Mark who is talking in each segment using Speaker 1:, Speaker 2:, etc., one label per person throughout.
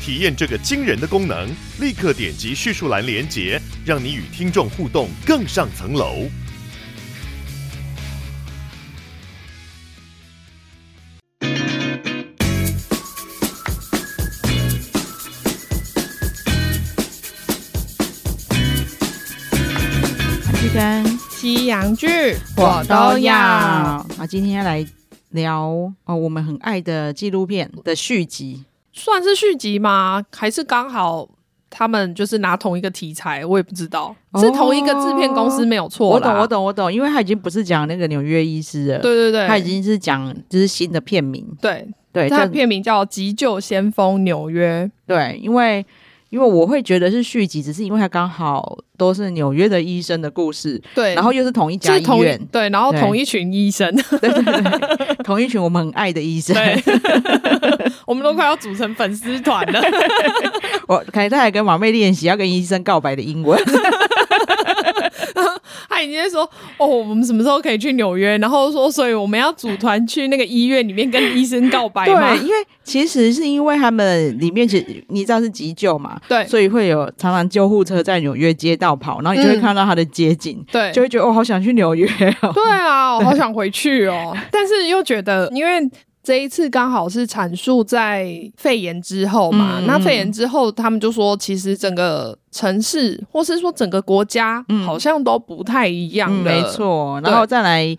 Speaker 1: 体验这个惊人的功能，立刻点击叙述栏连接，让你与听众互动更上层楼。
Speaker 2: 去跟
Speaker 3: 西洋剧
Speaker 2: 我都要
Speaker 3: 啊，
Speaker 2: 啊！今天来聊哦，我们很爱的纪录片的续集。
Speaker 3: 算是续集吗？还是刚好他们就是拿同一个题材？我也不知道，
Speaker 2: 哦
Speaker 3: 是同一个制片公司没有错。
Speaker 2: 我懂，我。懂，我懂，因为他已经不是讲那个纽约医师了，
Speaker 3: 对对对，
Speaker 2: 他已经是讲就是新的片名。
Speaker 3: 对，
Speaker 2: 对，
Speaker 3: 它的
Speaker 2: 这
Speaker 3: 片名叫《急救先锋纽约》。
Speaker 2: 对，因为因为我会觉得是续集，只是因为它刚好都是纽约的医生的故事，
Speaker 3: 对，
Speaker 2: 然后又是同一家
Speaker 3: 是
Speaker 2: 医
Speaker 3: 同一
Speaker 2: 院，
Speaker 3: 对，然后
Speaker 2: 对
Speaker 3: 同一群 医生，
Speaker 2: 对对对，同一群我们很爱的医生。
Speaker 3: 对， 我们都快要组成粉丝团 了。
Speaker 2: 我凯特还跟马妹练习要跟医生告白的英文。
Speaker 3: 他已经在说哦，我们什么时候可以去纽约？然后说，所以我们要组团去那个医院里面跟医生告白吗？
Speaker 2: 对，因为其实是因为他们里面其实你知道是急救嘛，
Speaker 3: 对
Speaker 2: 所以会有常常救护车在纽约街道跑，然后你就会
Speaker 3: 嗯
Speaker 2: 看到他的街景，
Speaker 3: 对
Speaker 2: 就会觉得哦，好想去纽约哦。
Speaker 3: 对啊，我好想回 去哦，但是又觉得，因为这一次刚好是阐述在肺炎之后嘛，
Speaker 2: 嗯
Speaker 3: 那
Speaker 2: 嗯
Speaker 3: 肺炎之后，他们就说，其实整个城市或是说整个国家，
Speaker 2: 嗯
Speaker 3: 好像都不太一样
Speaker 2: 嗯，
Speaker 3: 了。
Speaker 2: 没，错，然后再来。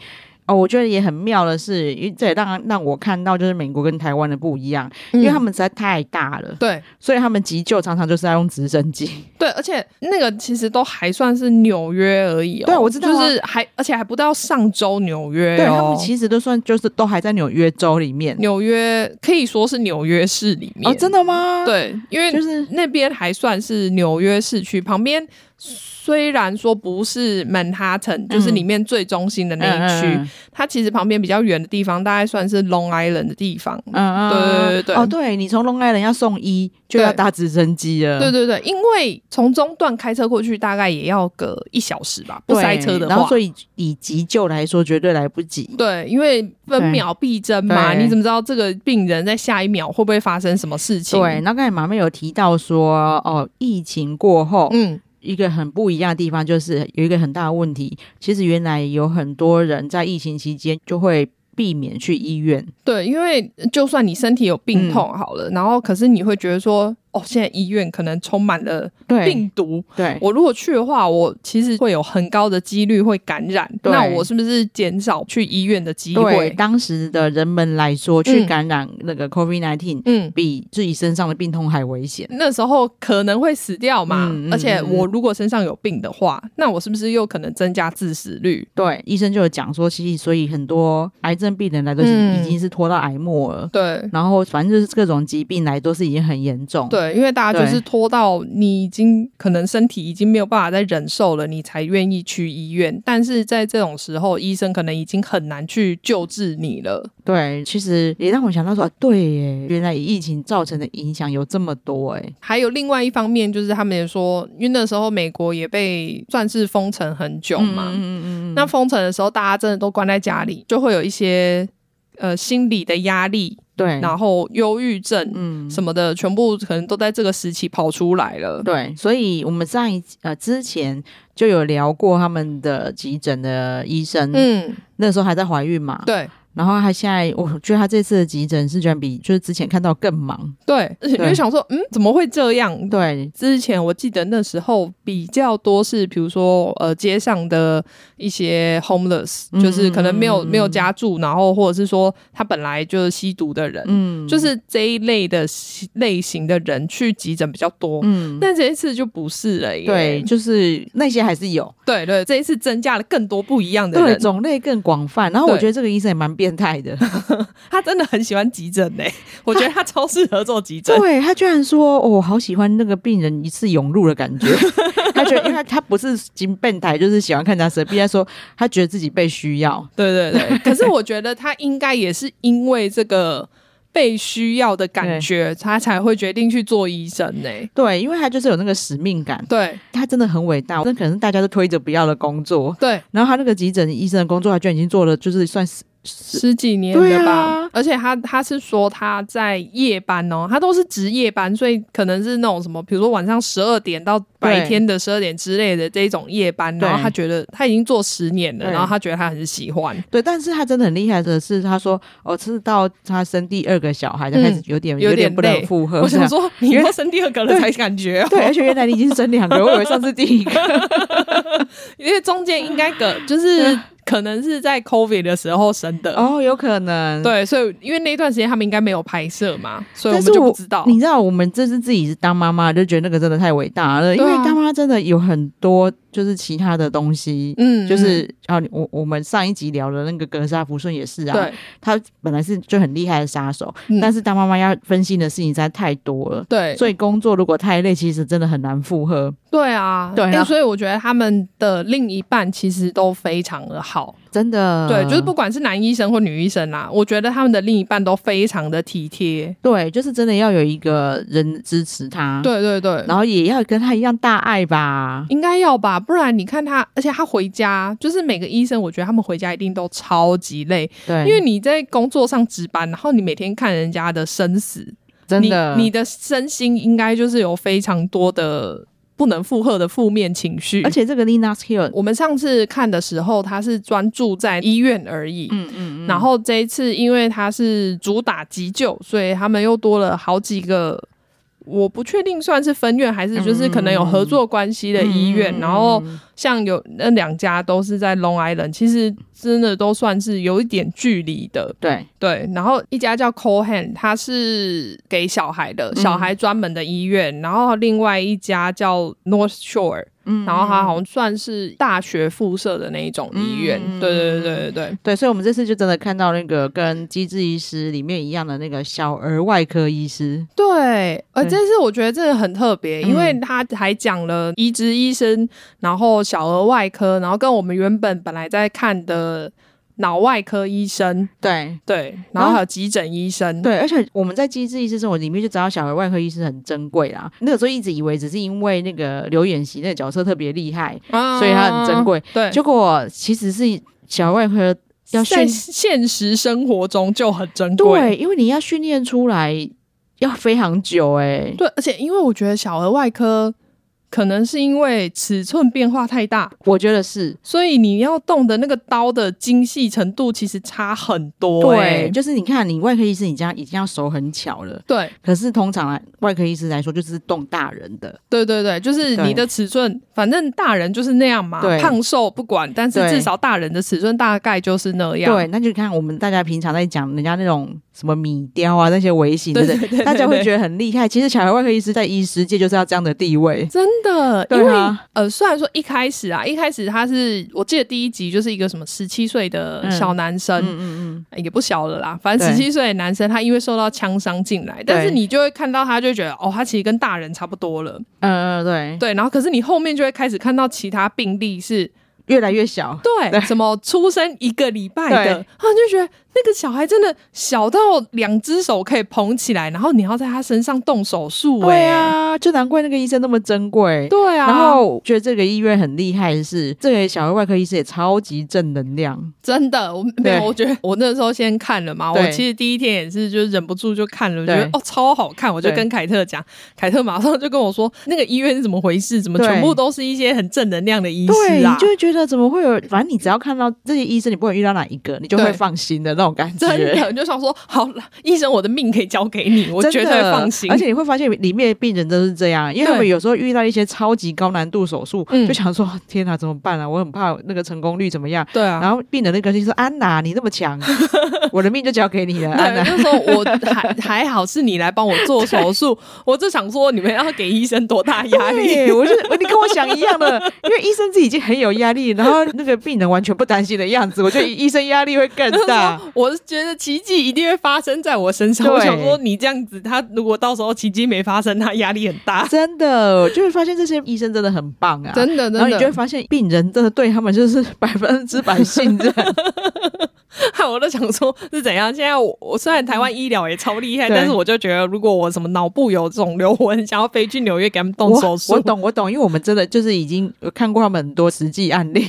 Speaker 2: 哦，我觉得也很妙的是，因为这也让让我看到就是美国跟台湾的不一样，
Speaker 3: 嗯
Speaker 2: 因为他们实在太大了，
Speaker 3: 对
Speaker 2: 所以他们急救常常就是要用直升机。
Speaker 3: 对，而且那个其实都还算是纽约而已、哦。
Speaker 2: 对我知道啊
Speaker 3: 就是还而且还不到上周纽约、哦。
Speaker 2: 对他们其实都算就是都还在纽约州里面。
Speaker 3: 纽约可以说是纽约市里面
Speaker 2: 哦，真的吗？，
Speaker 3: 对，因为
Speaker 2: 就是
Speaker 3: 那边还算是纽约市区旁边，虽然说不是曼哈顿，就是里面最中心的那一区，
Speaker 2: 嗯嗯嗯
Speaker 3: 它其实旁边比较远的地方，大概算是 Long Island 的地方。
Speaker 2: 嗯
Speaker 3: 对对对
Speaker 2: 哦，对你从龙爱人要送医，就要
Speaker 3: 对
Speaker 2: 搭直升机了。
Speaker 3: 对对对，因为从中段开车过去大概也要个一小时吧，不
Speaker 2: 对
Speaker 3: 塞车的
Speaker 2: 然后
Speaker 3: 话
Speaker 2: 所。以以急救来说，绝对来不及。
Speaker 3: 对，因为分秒必争嘛，
Speaker 2: 对
Speaker 3: 你怎么知道这个病人在下一秒会不会发生什么事情？
Speaker 2: 对，，那刚才马妹有提到说，哦，疫情过后，
Speaker 3: 嗯，
Speaker 2: 一个很不一样的地方就是有一个很大的问题，其实原来有很多人在疫情期间就会避免去医院，
Speaker 3: 对，因为就算你身体有病
Speaker 2: 嗯
Speaker 3: 痛好了，然后可是你会觉得说，哦，现在医院可能充满了
Speaker 2: 对
Speaker 3: 病毒，
Speaker 2: 对
Speaker 3: 我如果去的话，我其实会有很高的几率会感染。
Speaker 2: 对
Speaker 3: 那我是不是减少去医院的机
Speaker 2: 对，
Speaker 3: 会？
Speaker 2: 当时的人们来说，去
Speaker 3: 嗯
Speaker 2: 感染那个 COVID nineteen、
Speaker 3: 嗯，
Speaker 2: 比自己身上的病痛还危险。
Speaker 3: 那时候可能会死掉嘛。
Speaker 2: 嗯嗯
Speaker 3: 而且我如果身上有病的话，那我是不是又可能增加致死率？
Speaker 2: 对，医生就有讲说，其实所以很多癌症病人来都
Speaker 3: 嗯
Speaker 2: 已经是拖到癌末了，
Speaker 3: 对。
Speaker 2: 然后反正就是各种疾病来都是已经很严重。
Speaker 3: 对，因为大家就
Speaker 2: 对
Speaker 3: 是拖到你已经可能身体已经没有办法再忍受了，你才愿意去医院。但是在这种时候，医生可能已经很难去救治你了。
Speaker 2: 对，其实也让我想到说，啊对耶，原来疫情造成的影响有这么多哎。
Speaker 3: 还有另外一方面，就是他们也说，因为那时候美国也被算是封城很久嘛，
Speaker 2: 嗯嗯
Speaker 3: 那封城的时候，大家真的都关在家里，就会有一些呃心理的压力，
Speaker 2: 对，
Speaker 3: 然后忧郁症
Speaker 2: 嗯。
Speaker 3: 什么的，全部可能都在这个时期跑出来了。
Speaker 2: 对，所以我们上一呃之前就有聊过他们的急诊的医生，
Speaker 3: 嗯，
Speaker 2: 那时候还在怀孕嘛，
Speaker 3: 对
Speaker 2: 然后他现在我觉得他这次的急诊是居然比就是之前看到更忙，
Speaker 3: 对，你就想说，嗯，怎么会这样？
Speaker 2: 对，
Speaker 3: 之前我记得那时候比较多是，比如说呃街上的一些 homeless，、
Speaker 2: 嗯
Speaker 3: 就是可能没有
Speaker 2: 嗯
Speaker 3: 没有家住，然后或者是说他本来就是吸毒的人，
Speaker 2: 嗯，
Speaker 3: 就是这一类的类型的人去急诊比较多。
Speaker 2: 嗯，
Speaker 3: 但这一次就不是了耶，
Speaker 2: 对，就是那些还是有，
Speaker 3: 对对，这一次增加了更多不一样的
Speaker 2: 对，
Speaker 3: 人，
Speaker 2: 种类更广泛。然后我
Speaker 3: 对
Speaker 2: 觉得这个医生也蛮变变态的。
Speaker 3: 他真的很喜欢急诊呢、我觉得他超适合做急 诊。
Speaker 2: 对他居然说：“哦，我好喜欢那个病人一次涌入的感觉。” 他觉得，因为他他不是经变态，就是喜欢看他生病。他说他觉得自己被需要，
Speaker 3: 对对对，可是我觉得他应该也是因为这个被需要的感觉，他才会决定去做医生呢、
Speaker 2: 对，因为他就是有那个使命感，
Speaker 3: 对
Speaker 2: 他真的很伟大。那可能大家都推着不要的工作，
Speaker 3: 对，
Speaker 2: 然后他那个急诊医生的工作，他居然已经做了，就是算是
Speaker 3: 十几年
Speaker 2: 对
Speaker 3: 了
Speaker 2: 啊
Speaker 3: 吧？而且他他是说他在夜班哦，他都是值夜班，所以可能是那种什么，比如说晚上十二点到白天的十二点之类的这种夜班，
Speaker 2: 对
Speaker 3: 然后他觉得他已经做十年了，
Speaker 2: 对
Speaker 3: 然后他觉得他很喜 欢。
Speaker 2: 对。但是他真的很厉害的是，他说哦，是到他生第二个小孩，他开始
Speaker 3: 嗯
Speaker 2: 有点、
Speaker 3: 有
Speaker 2: 有
Speaker 3: 点
Speaker 2: 不
Speaker 3: 累
Speaker 2: 能负荷。
Speaker 3: 我想
Speaker 2: 这样，
Speaker 3: 说，你要生第二个了
Speaker 2: 对
Speaker 3: 才感觉、哦，
Speaker 2: 对，而且原来你已经生两个，我以为上次第一个。
Speaker 3: 因为中间应该隔就是可能是在 COVID 的时候生 的。
Speaker 2: 啊哦，有可能。
Speaker 3: 对，所以因为那段时间他们应该没有拍摄嘛，所以我
Speaker 2: 但
Speaker 3: 们
Speaker 2: 是
Speaker 3: 就不知道。
Speaker 2: 你知道，我们这是自己是当妈妈，就觉得那个真的太伟大了，因
Speaker 3: 对啊
Speaker 2: 为当妈真的有很多就是其他的东西。
Speaker 3: 嗯
Speaker 2: 就是啊，我我们上一集聊的那个格杀福顺也是
Speaker 3: 嗯
Speaker 2: 啊
Speaker 3: 对，
Speaker 2: 他本来是就很厉害的杀手，
Speaker 3: 嗯
Speaker 2: 但是当妈妈要分心的事情实在太多了，
Speaker 3: 对
Speaker 2: 所以工作如果太累，其实真的很难负荷，
Speaker 3: 对啊，
Speaker 2: 对啊
Speaker 3: 诶所以我觉得他们的另一半其实都非常的好，
Speaker 2: 真的。
Speaker 3: 对，就是不管是男医生或女医生啦、我觉得他们的另一半都非常的体贴。
Speaker 2: 对，就是真的要有一个人支持他，，
Speaker 3: 对对对，
Speaker 2: 然后也要跟他一样大爱吧。
Speaker 3: 应该要吧，不然你看他，而且他回家，就是每个医生，我觉得他们回家一定都超级累，
Speaker 2: 对，
Speaker 3: 因为你在工作上值班，然后你每天看人家的生死，
Speaker 2: 真的
Speaker 3: 你你的身心应该就是有非常多的不能负荷的负面情绪。
Speaker 2: 而且这个 Lina Skill，
Speaker 3: 我们上次看的时候，他是专注在医院而已。
Speaker 2: 嗯嗯嗯，
Speaker 3: 然后这一次，因为他是主打急救，所以他们又多了好几个，我不确定算是分院还是就是可能有合
Speaker 2: 嗯
Speaker 3: 作关系的医院。然后像有那两家都是在 Long Island，其实真的都算是有一点距离的。
Speaker 2: 对，
Speaker 3: 对，然后一家叫 Cohen，它是给小孩的，小孩专门的医院。然后另外一家叫 North Shore，
Speaker 2: 嗯
Speaker 3: 然后它好像算是大学附设的那一种医院。
Speaker 2: 嗯
Speaker 3: 对对对对对
Speaker 2: 对，所以我们这次就真的看到那个跟《机智医师》里面一样的那个小儿外科医师，
Speaker 3: 对，呃，
Speaker 2: 对
Speaker 3: 这次我觉得这个很特别，因为
Speaker 2: 嗯
Speaker 3: 他还讲了移植医生，然后小儿外科，然后跟我们原本本来在看的脑外科医生，
Speaker 2: 对。
Speaker 3: 对，啊然后还有急诊医生，
Speaker 2: 对，而且我们在《机智医师生活》里面就知道小儿外科医师很珍贵啦。那个时候一直以为只是因为那个刘演习那个角色特别厉害，
Speaker 3: 啊
Speaker 2: 所以他很珍贵。
Speaker 3: 对，
Speaker 2: 结果其实是小儿外科要训
Speaker 3: 在现实生活中就很珍贵。
Speaker 2: 对，因为你要训练出来要非常久哎、
Speaker 3: 对，而且因为我觉得小儿外科可能是因为尺寸变化太大，
Speaker 2: 我觉得是。
Speaker 3: 所以你要动的那个刀的精细程度其实差很多、
Speaker 2: 对，
Speaker 3: 欸。
Speaker 2: 就是你看，你外科医师，你这样已经要手很巧了。
Speaker 3: 对
Speaker 2: 可是通常来外科医师来说，就是动大人的，
Speaker 3: 对对对，就是
Speaker 2: 对
Speaker 3: 你的尺寸，反正大人就是那样嘛，
Speaker 2: 对
Speaker 3: 胖瘦不管，但是
Speaker 2: 对
Speaker 3: 至少大人的尺寸大概就是那样。
Speaker 2: 对，那就看我们大家平常在讲人家那种什么米雕啊那些微型的，
Speaker 3: 对对对对
Speaker 2: 大家会觉得很厉害。其实小儿外科医师在医师界就是要这样的地位，
Speaker 3: 真的，因
Speaker 2: 对
Speaker 3: 为、
Speaker 2: 啊
Speaker 3: 呃，虽然说一开始啊，一开始他是我记得第一集就是一个什么十七岁的小男生，
Speaker 2: 嗯嗯，
Speaker 3: 也不小了啦，反正十
Speaker 2: 对
Speaker 3: 七岁的男生，他因为受到枪伤进来，但是你就会看到他，就会觉得哦，他其实跟大人差不多了，
Speaker 2: 呃，对，
Speaker 3: 嗯对。然后可是你后面就会开始看到其他病例是，
Speaker 2: 越来越小，
Speaker 3: 对，
Speaker 2: 对
Speaker 3: 什么出生一个礼拜的，
Speaker 2: 对
Speaker 3: 然后你就觉得那个小孩真的小到两只手可以捧起来，然后你要在他身上动手术、
Speaker 2: 对
Speaker 3: 哎，
Speaker 2: 啊，就难怪那个医生那么珍贵。
Speaker 3: 对啊，
Speaker 2: 然后觉得这个医院很厉害的是，这个小儿外科医师也超级正能量，
Speaker 3: 真的，我没有，
Speaker 2: 对
Speaker 3: 我觉得我那时候先看了嘛，
Speaker 2: 对
Speaker 3: 我其实第一天也是就忍不住就看了，我觉得
Speaker 2: 对
Speaker 3: 哦超好看，我就
Speaker 2: 对
Speaker 3: 跟凯特讲，凯特马上就跟我说那个医院是怎么回事，怎么
Speaker 2: 对
Speaker 3: 全部都是一些很正能量的医
Speaker 2: 对，
Speaker 3: 师啊
Speaker 2: 你就，会觉得怎么会有？反正你只要看到这些医生，你不管遇到哪一个，你就
Speaker 3: 对
Speaker 2: 会放心的那种感觉。
Speaker 3: 真的就想说好了，医生我的命可以交给你，我
Speaker 2: 真
Speaker 3: 绝
Speaker 2: 的
Speaker 3: 对放心，
Speaker 2: 而且你会发现里面的病人都是这样，因为他们
Speaker 3: 对
Speaker 2: 有时候遇到一些超级高难度手术
Speaker 3: 嗯，
Speaker 2: 就想说天哪、怎么办啊？我很怕那个成功率怎么样。
Speaker 3: 对啊，
Speaker 2: 然后病人那个就说：“安娜，你那么 强，我的命就交给你了，安
Speaker 3: 对，
Speaker 2: 娜。
Speaker 3: 那时候我还还好是你来帮我做手术，我就想说你们要给医生多大”压力？
Speaker 2: 对，我就我你跟我想一样的，因为医生自己已经很有压力，然后那个病人完全不担心的样子，我觉得医医生压力会更
Speaker 3: 那时
Speaker 2: 大
Speaker 3: 候。我是觉得奇迹一定会发生在我身上。
Speaker 2: 对
Speaker 3: 我想说，你这样子，他如果到时候奇迹没发生，他压力很大。
Speaker 2: 真的就会发现这些医生真的很棒啊，
Speaker 3: 真的，
Speaker 2: 然后
Speaker 3: 真
Speaker 2: 你就会
Speaker 3: 的，
Speaker 2: 发现病人真的对他们就是百分之百信 任，
Speaker 3: 害 我都想说是怎样。现在我我虽然台湾医疗也超厉害，
Speaker 2: 对
Speaker 3: 但是我就觉得，如果我什么脑部有肿瘤，我很想要飞去纽约给他们动手术。
Speaker 2: 我我懂，我懂，因为我们真的就是已经有看过他们很多实际案例。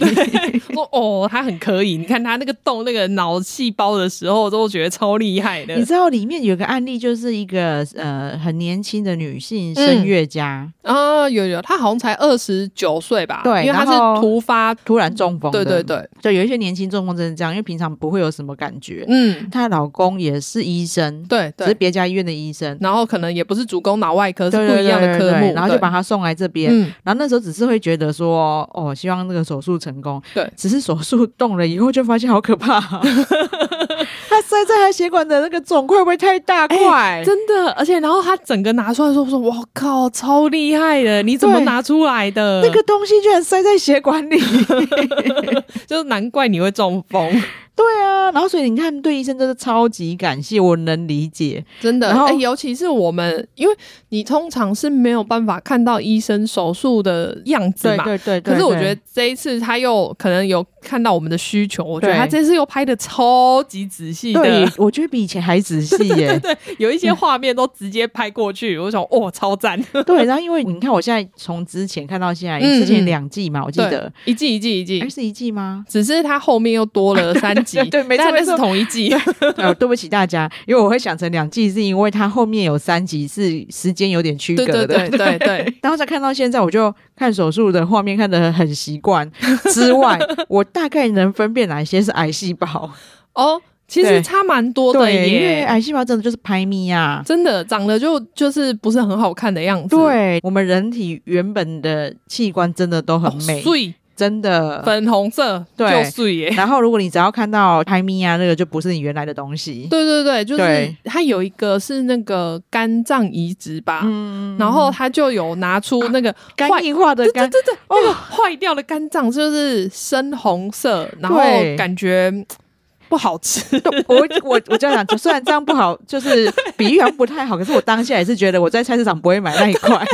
Speaker 3: 说哦，他很可以。你看他那个动那个脑细胞的时候，都觉得超厉害的
Speaker 2: 你。知道里面有个案例，就是一个呃很年轻的女性声乐家，
Speaker 3: 啊，有有，他好像才二十九岁吧？
Speaker 2: 对
Speaker 3: 因为他
Speaker 2: 然后
Speaker 3: 是突发。
Speaker 2: 突然中风
Speaker 3: 对
Speaker 2: 的。
Speaker 3: 对对，
Speaker 2: 就有一些年轻中风真的这样，因为平常不会有什么感觉。
Speaker 3: 嗯，
Speaker 2: 她、老公也是医生，
Speaker 3: 对
Speaker 2: 只是
Speaker 3: 对。
Speaker 2: 别家医院的医生，
Speaker 3: 然后可能也不是主攻脑外科，是
Speaker 2: 对
Speaker 3: 不一样的科
Speaker 2: 对对对
Speaker 3: 目，
Speaker 2: 对然后就
Speaker 3: 对
Speaker 2: 把她送来这边。
Speaker 3: 嗯，
Speaker 2: 然后那时候只是会觉得说，哦，希望那个手术成功。
Speaker 3: 对
Speaker 2: 只是手术动了以后，就发现好可怕、 啊，他塞在他血管的那个肿块会不会太大块？
Speaker 3: 真的，而且然后他整个拿出来的时候，我说我靠，超厉害的，你怎么
Speaker 2: 对
Speaker 3: 拿出来的？
Speaker 2: 那个东西居然塞在血管里，
Speaker 3: 就是难怪你会中风，
Speaker 2: 对啊，然后所以你看，对医生真的超级感谢，我能理解，
Speaker 3: 真的。
Speaker 2: 然后
Speaker 3: 哎尤其是我们，因为你通常是没有办法看到医生手术的样子嘛。
Speaker 2: 对
Speaker 3: 可是我觉得这一次他又可能有看到我们的需求，我觉得
Speaker 2: 对
Speaker 3: 他这次又拍的超级仔细
Speaker 2: 对
Speaker 3: 的，，
Speaker 2: 我觉得比以前还仔细 耶。对
Speaker 3: 有一些画面都直接拍过去，我想哦，超赞！
Speaker 2: 然后因为你看，我现在从之前看到现在，
Speaker 3: 嗯
Speaker 2: 之前
Speaker 3: 嗯
Speaker 2: 两季嘛，我记
Speaker 3: 对
Speaker 2: 得，，
Speaker 3: 一季一季一季
Speaker 2: 哎，，是一季吗？
Speaker 3: 只是他后面又多了三集，
Speaker 2: 对没错
Speaker 3: 但那
Speaker 2: 没错
Speaker 3: 是同一 季。
Speaker 2: 呃，对不起大家，因为我会想成两季，是因为它后面有三集是时间有点区隔的。
Speaker 3: 对对 对对对，
Speaker 2: 然后再看到现在，我就看手术的画面看得很习惯之外， 我大概能分辨哪一些是癌细胞。
Speaker 3: 哦，其
Speaker 2: 对
Speaker 3: 实差蛮多的
Speaker 2: 对，因为
Speaker 3: 耶，
Speaker 2: 癌细胞真的就是拍咪呀、
Speaker 3: 真的长得就就是不是很好看的样子，
Speaker 2: 对我们人体原本的器官真的都
Speaker 3: 哦，
Speaker 2: 很美，
Speaker 3: 碎
Speaker 2: 真的。
Speaker 3: 粉红色
Speaker 2: 对
Speaker 3: 就碎耶。
Speaker 2: 然后如果你只要看到拍咪呀，那个就不是你原来的东西。
Speaker 3: 对对对，就是
Speaker 2: 对
Speaker 3: 他有一个是那个肝脏移植吧，
Speaker 2: 嗯
Speaker 3: 啊然后他就有拿出那个
Speaker 2: 肝
Speaker 3: 坏
Speaker 2: 硬化的
Speaker 3: 对对
Speaker 2: 肝，哦
Speaker 3: 对对，那个坏掉的肝脏就是深红色，然后
Speaker 2: 对
Speaker 3: 感觉嗯不好吃。
Speaker 2: 对 我我我这样讲，虽然这样不好，就是比喻好像不太好，可是我当下也是觉得我在菜市场不会买那一 块，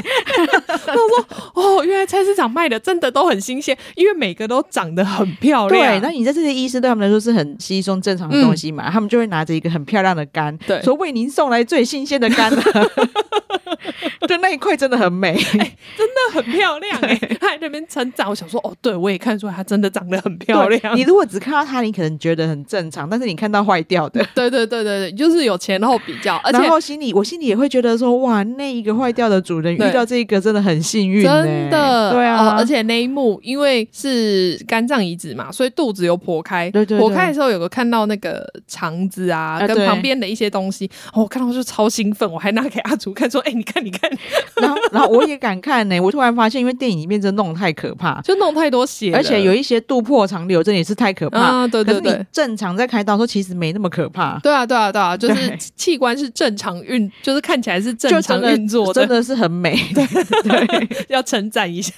Speaker 3: 哦，原来菜市场卖的真的都很新鲜，因为每个都长得很漂
Speaker 2: 对，
Speaker 3: 亮。嗯
Speaker 2: 那你在这些医生对他们来说是很稀松正常的东西嘛，他们就会拿着一个很漂亮的肝，
Speaker 3: 对
Speaker 2: 说为您送来最新鲜的肝了。 就那一块真的很美，
Speaker 3: 哎很漂 亮哎、欸，她在那边成长。我想说，哦，对我也看出来，她真的长得很漂
Speaker 2: 对
Speaker 3: 亮。
Speaker 2: 你如果只看到它，你可能觉得很正常，但是你看到坏掉的，
Speaker 3: 对对对对对，就是有前后比较， 而且
Speaker 2: 然后心里我心里也会觉得说，哇，那一个坏掉的主人
Speaker 3: 对
Speaker 2: 遇到这一个真的很幸运、欸，
Speaker 3: 真的
Speaker 2: 对啊，
Speaker 3: 呃而且那一幕因为是肝脏移植嘛，所以肚子有剖开。
Speaker 2: 对对对
Speaker 3: 剖开的时候有个看到那个肠子啊，
Speaker 2: 啊
Speaker 3: 跟
Speaker 2: 对
Speaker 3: 旁边的一些东西，哦，我看到就超兴奋，我还拿给阿竹看，说，哎、你看你看，
Speaker 2: 然后然后我也敢看呢、我突然发现，因为电影里面真的弄得太可怕，
Speaker 3: 就弄太多血了，
Speaker 2: 而且有一些渡破长流，真的也是太可怕。
Speaker 3: 啊，对对
Speaker 2: 可是你
Speaker 3: 对。
Speaker 2: 正常在开刀的时候，其实没那么可怕。
Speaker 3: 对啊，对啊，对啊，就是
Speaker 2: 对
Speaker 3: 器官是正常运，就是看起来是
Speaker 2: 就
Speaker 3: 正常
Speaker 2: 真的
Speaker 3: 运作
Speaker 2: 真的是很美。对，
Speaker 3: 要称赞一下。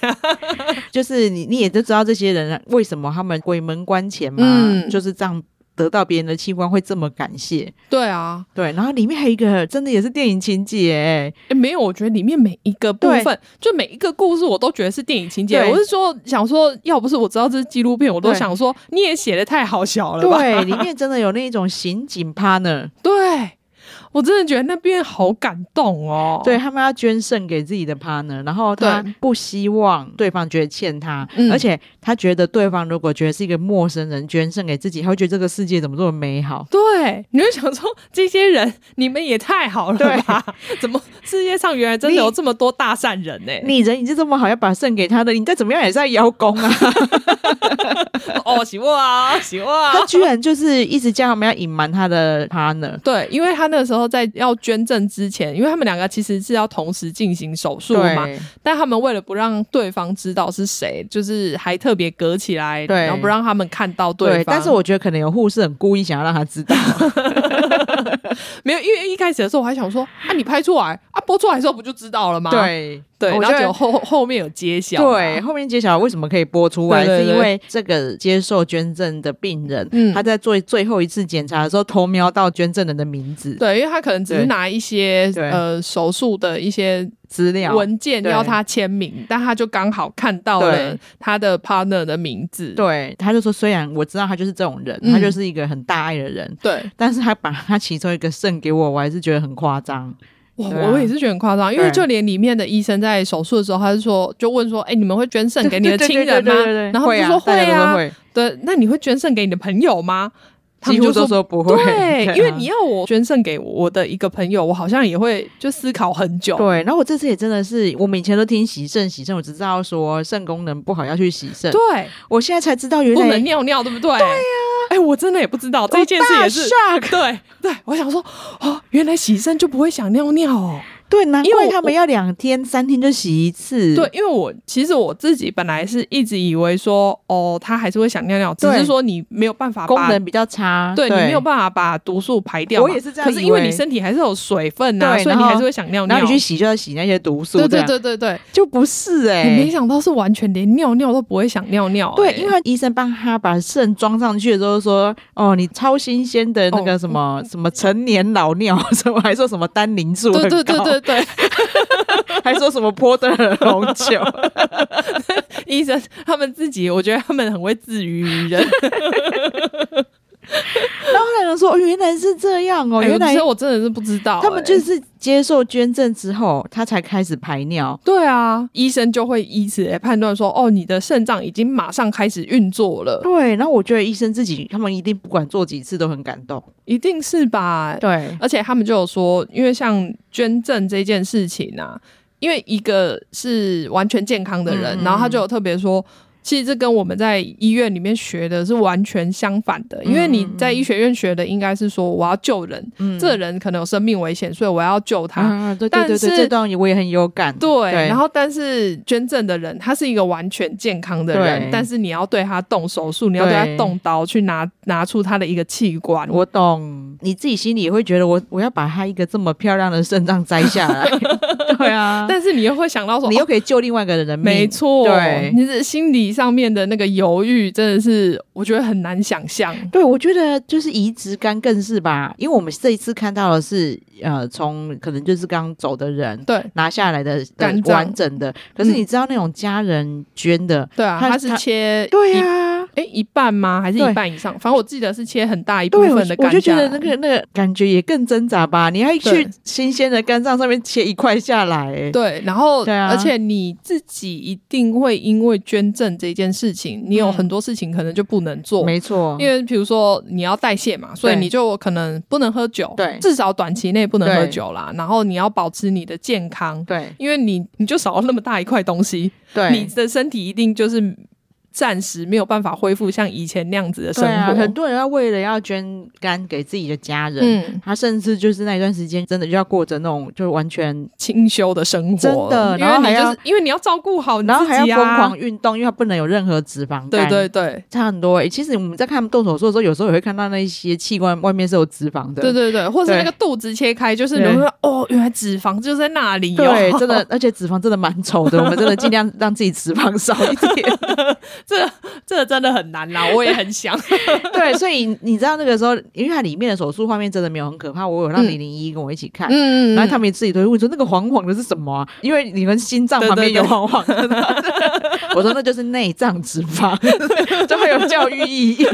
Speaker 2: 就是你你也都知道这些人啊为什么他们鬼门关前嘛，
Speaker 3: 嗯
Speaker 2: 就是这样得到别人的器官会这么感谢。
Speaker 3: 对啊，
Speaker 2: 对，然后里面还有一个真的也是电影情节、欸，
Speaker 3: 诶没有，我觉得里面每一个部
Speaker 2: 对
Speaker 3: 分，就每一个故事，我都觉得是电影情节。
Speaker 2: 对
Speaker 3: 我是说，想说，要不是我知道这是纪录片，我都
Speaker 2: 对
Speaker 3: 想说，你也写的太好笑了吧？
Speaker 2: 对，里面真的有那一种刑警 partner，、
Speaker 3: 对我真的觉得那边好感动哦。
Speaker 2: 对，他们要捐肾给自己的 partner，然后他
Speaker 3: 对
Speaker 2: 不希望对方觉得欠他，
Speaker 3: 嗯
Speaker 2: 而且他觉得对方如果觉得是一个陌生人捐肾给自己，他会觉得这个世界怎么这么美好。
Speaker 3: 对，你会想说，这些人你们也太好了吧？ 怎么世界上原来真的
Speaker 2: 你
Speaker 3: 有这么多大善人呢、
Speaker 2: 你人已经这么好，要把肾给他的，你再怎么样也是在邀功 啊！
Speaker 3: 哦，喜我啊，喜我啊！
Speaker 2: 他居然就是一直叫他们要隐瞒他的 partner，
Speaker 3: 对，因为他那个时候在要捐赠之前，因为他们两个其实是要同时进行手术嘛，
Speaker 2: 对
Speaker 3: 但他们为了不让对方知道是谁，就是还特别隔起来，
Speaker 2: 对
Speaker 3: 然后不让他们看到
Speaker 2: 对
Speaker 3: 方。
Speaker 2: 但是我觉得可能有护士很故意想要让他知道，
Speaker 3: 没有，因为一开始的时候我还想说，啊，你拍出来啊，播出来的时候不就知道了吗？
Speaker 2: 对
Speaker 3: 对，
Speaker 2: 啊我
Speaker 3: 然
Speaker 2: 觉得
Speaker 3: 后结果后后后面有揭晓嘛，
Speaker 2: 对，后面揭晓为什么可以播出来，
Speaker 3: 对对
Speaker 2: 是因
Speaker 3: 对
Speaker 2: 为这个接受捐赠的病人，
Speaker 3: 嗯
Speaker 2: 他在做最后一次检查的时候偷瞄到捐赠人的名字
Speaker 3: 对，因为他可能只
Speaker 2: 对
Speaker 3: 是拿一些
Speaker 2: 对
Speaker 3: 呃手术的一些
Speaker 2: 资料，
Speaker 3: 文件
Speaker 2: 对
Speaker 3: 要他签名，但他就刚好看到了
Speaker 2: 对
Speaker 3: 他的 partner 的名字。
Speaker 2: 对，他就说虽然我知道他就是这种人，
Speaker 3: 嗯
Speaker 2: 他就是一个很大爱的人，
Speaker 3: 对，
Speaker 2: 但是他把他其中一个肾给我，我还是觉得很夸张。
Speaker 3: 我
Speaker 2: 对啊
Speaker 3: 我也是觉得很夸张，因为
Speaker 2: 对
Speaker 3: 就连里面的医生在手术的时候，他就说就问说，哎，你们会捐肾给你的
Speaker 2: 对对
Speaker 3: 亲人吗
Speaker 2: 对对对对对？
Speaker 3: 然后
Speaker 2: 会
Speaker 3: 就说
Speaker 2: 啊，大家都
Speaker 3: 啊，
Speaker 2: 会，
Speaker 3: 对，那你会捐肾给你的朋友吗？他
Speaker 2: 几
Speaker 3: 们
Speaker 2: 乎
Speaker 3: 就
Speaker 2: 都说不会，
Speaker 3: 对，
Speaker 2: 啊
Speaker 3: 因为你要我捐肾给我的一个朋友，我好像也会就思考很久。
Speaker 2: 对，然后我这次也真的是，我们以前都听洗肾洗肾，我只知道说肾功能不好要去洗肾，
Speaker 3: 对，
Speaker 2: 我现在才知道原
Speaker 3: 不能
Speaker 2: 来
Speaker 3: 尿尿，对不对？对呀、哎、我真的也不知道这件事也是。
Speaker 2: 哦我大 shock
Speaker 3: 对对，我想说，哦，原来洗肾就不会想尿尿哦。
Speaker 2: 对，难
Speaker 3: 因为
Speaker 2: 怪
Speaker 3: 我
Speaker 2: 他们要两天三天就洗一次，
Speaker 3: 对，因为我其实我自己本来是一直以为说，哦，他还是会想尿尿，只
Speaker 2: 对
Speaker 3: 是说你没有办法把
Speaker 2: 功能比较差，
Speaker 3: 对你没有办法把毒素排掉嘛。
Speaker 2: 我也是这样
Speaker 3: 可是
Speaker 2: 以
Speaker 3: 因为
Speaker 2: 为
Speaker 3: 你身体还是有水分呐、
Speaker 2: 对
Speaker 3: 所以你
Speaker 2: 然后
Speaker 3: 还是会想尿
Speaker 2: 然
Speaker 3: 尿。
Speaker 2: 后你去洗就要洗那些毒素，
Speaker 3: 对
Speaker 2: 这
Speaker 3: 对
Speaker 2: 样
Speaker 3: 对对对，
Speaker 2: 就不是哎、
Speaker 3: 我没想到是完全连尿尿都不会想尿尿、
Speaker 2: 对，
Speaker 3: 哎
Speaker 2: 因为医生帮他把肾装上去的时候说，哦，你超新鲜的
Speaker 3: 哦
Speaker 2: 那个什么、什么成年老尿， 什么还说什么单宁素很
Speaker 3: 对
Speaker 2: 高，
Speaker 3: 对对对对，
Speaker 2: 还说什么波特红 酒，
Speaker 3: 医生他们自己，我觉得他们很会自娱于人。
Speaker 2: 然后那人说、哦、原来是这样 哦，
Speaker 3: 哎
Speaker 2: 原来
Speaker 3: 有时候我真的是不知道、
Speaker 2: 他们就
Speaker 3: 哎
Speaker 2: 是接受捐赠之后，他才开始排尿。
Speaker 3: 对啊，医生就会依此来判断说，哦，你的肾脏已经马上开始运作了，
Speaker 2: 对，然后我觉得医生自己，他们一定不管做几次都很感动。
Speaker 3: 一定是吧？
Speaker 2: 对，
Speaker 3: 而且他们就有说，因为像捐赠这件事情啊，因为一个是完全健康的人，
Speaker 2: 嗯
Speaker 3: 然后他就有特别说。其实这跟我们在医院里面学的是完全相反的，因为你在医学院学的应该是说我要救人，
Speaker 2: 嗯
Speaker 3: 这个人可能有生命危险，所以我要救他。
Speaker 2: 啊，对对
Speaker 3: 但
Speaker 2: 对对，
Speaker 3: 是
Speaker 2: 这段我也很有感。
Speaker 3: 对，
Speaker 2: 对
Speaker 3: 然后但是捐赠的人他是一个完全健康的人
Speaker 2: 对，
Speaker 3: 但是你要对他动手术，你要对他
Speaker 2: 对
Speaker 3: 动刀去拿拿出他的一个器官。
Speaker 2: 我懂，你自己心里也会觉得我我要把她一个这么漂亮的肾脏摘下来， 对 啊，
Speaker 3: 但是你又会想到说，
Speaker 2: 你又
Speaker 3: 哦
Speaker 2: 可以救另外一个人的命，
Speaker 3: 没错，
Speaker 2: 对
Speaker 3: 你的心理上面的那个犹豫，真的是我觉得很难想象。
Speaker 2: 对，我觉得就是移植肝更是吧，因为我们这一次看到的是，呃，从可能就是刚走的人
Speaker 3: 对
Speaker 2: 拿下来的的
Speaker 3: 肝脏
Speaker 2: 完整的，可是你知道那种家人捐的，
Speaker 3: 对啊，
Speaker 2: 嗯他
Speaker 3: 他是
Speaker 2: 他
Speaker 3: 切
Speaker 2: 对
Speaker 3: 一
Speaker 2: 啊，
Speaker 3: 哎一半吗？还是
Speaker 2: 对
Speaker 3: 一半以上？反正我记得是切很大一部
Speaker 2: 对，我
Speaker 3: 分的
Speaker 2: 我
Speaker 3: 肝
Speaker 2: 就觉
Speaker 3: 下来
Speaker 2: 得那个那个感觉也更挣扎吧，你还去
Speaker 3: 对
Speaker 2: 新鲜的肝脏上面切一块下来、欸，
Speaker 3: 对，然后、
Speaker 2: 对啊
Speaker 3: 而且你自己一定会因为捐赠这件事情，你有
Speaker 2: 嗯
Speaker 3: 很多事情可能就不能做，
Speaker 2: 没错，
Speaker 3: 因为比如说你要代谢嘛，所以
Speaker 2: 对
Speaker 3: 你就可能不能喝酒，
Speaker 2: 对
Speaker 3: 至少短期内不能喝
Speaker 2: 对
Speaker 3: 酒啦。然后你要保持你的健康，
Speaker 2: 对
Speaker 3: 因为你你就少了那么大一块东西，
Speaker 2: 对，
Speaker 3: 你的身体一定就是暂时没有办法恢复像以前那样子的生
Speaker 2: 对啊，
Speaker 3: 活。
Speaker 2: 很多人要为了要捐肝给自己的家人，
Speaker 3: 嗯，
Speaker 2: 他甚至就是那一段时间真的就要过着那种就完全，
Speaker 3: 清修的生活，
Speaker 2: 真的
Speaker 3: 因
Speaker 2: 然后
Speaker 3: 为你
Speaker 2: 还
Speaker 3: 就
Speaker 2: 要
Speaker 3: 是因为你要照顾好你
Speaker 2: 然后还要
Speaker 3: 自己
Speaker 2: 疯
Speaker 3: 啊
Speaker 2: 狂，运动，因为他不能有任何脂肪肝。
Speaker 3: 对对。对。
Speaker 2: 差很多、欸，其实我们在看动手术的时候，有时候也会看到那一些器官外面是有脂肪的，
Speaker 3: 对对对，或是
Speaker 2: 对
Speaker 3: 那个肚子切开，就是你
Speaker 2: 对
Speaker 3: 会说哦，原来脂肪就在那里、哦。
Speaker 2: 对，真的，而且脂肪真的蛮丑的，我们真的尽量让自己脂肪少一点。
Speaker 3: 这这真的很难啦，我也 很想。
Speaker 2: 对，所以你知道那个时候，因为它里面的手术画面真的没有很可怕，我有让
Speaker 3: 嗯
Speaker 2: 零零一跟我一起看，
Speaker 3: 嗯
Speaker 2: 然后他们自己都会问说那个黄黄的是什么啊、因为你们心脏旁边有黄黄的， 我说那就是内脏脂肪， 就会有教育意义。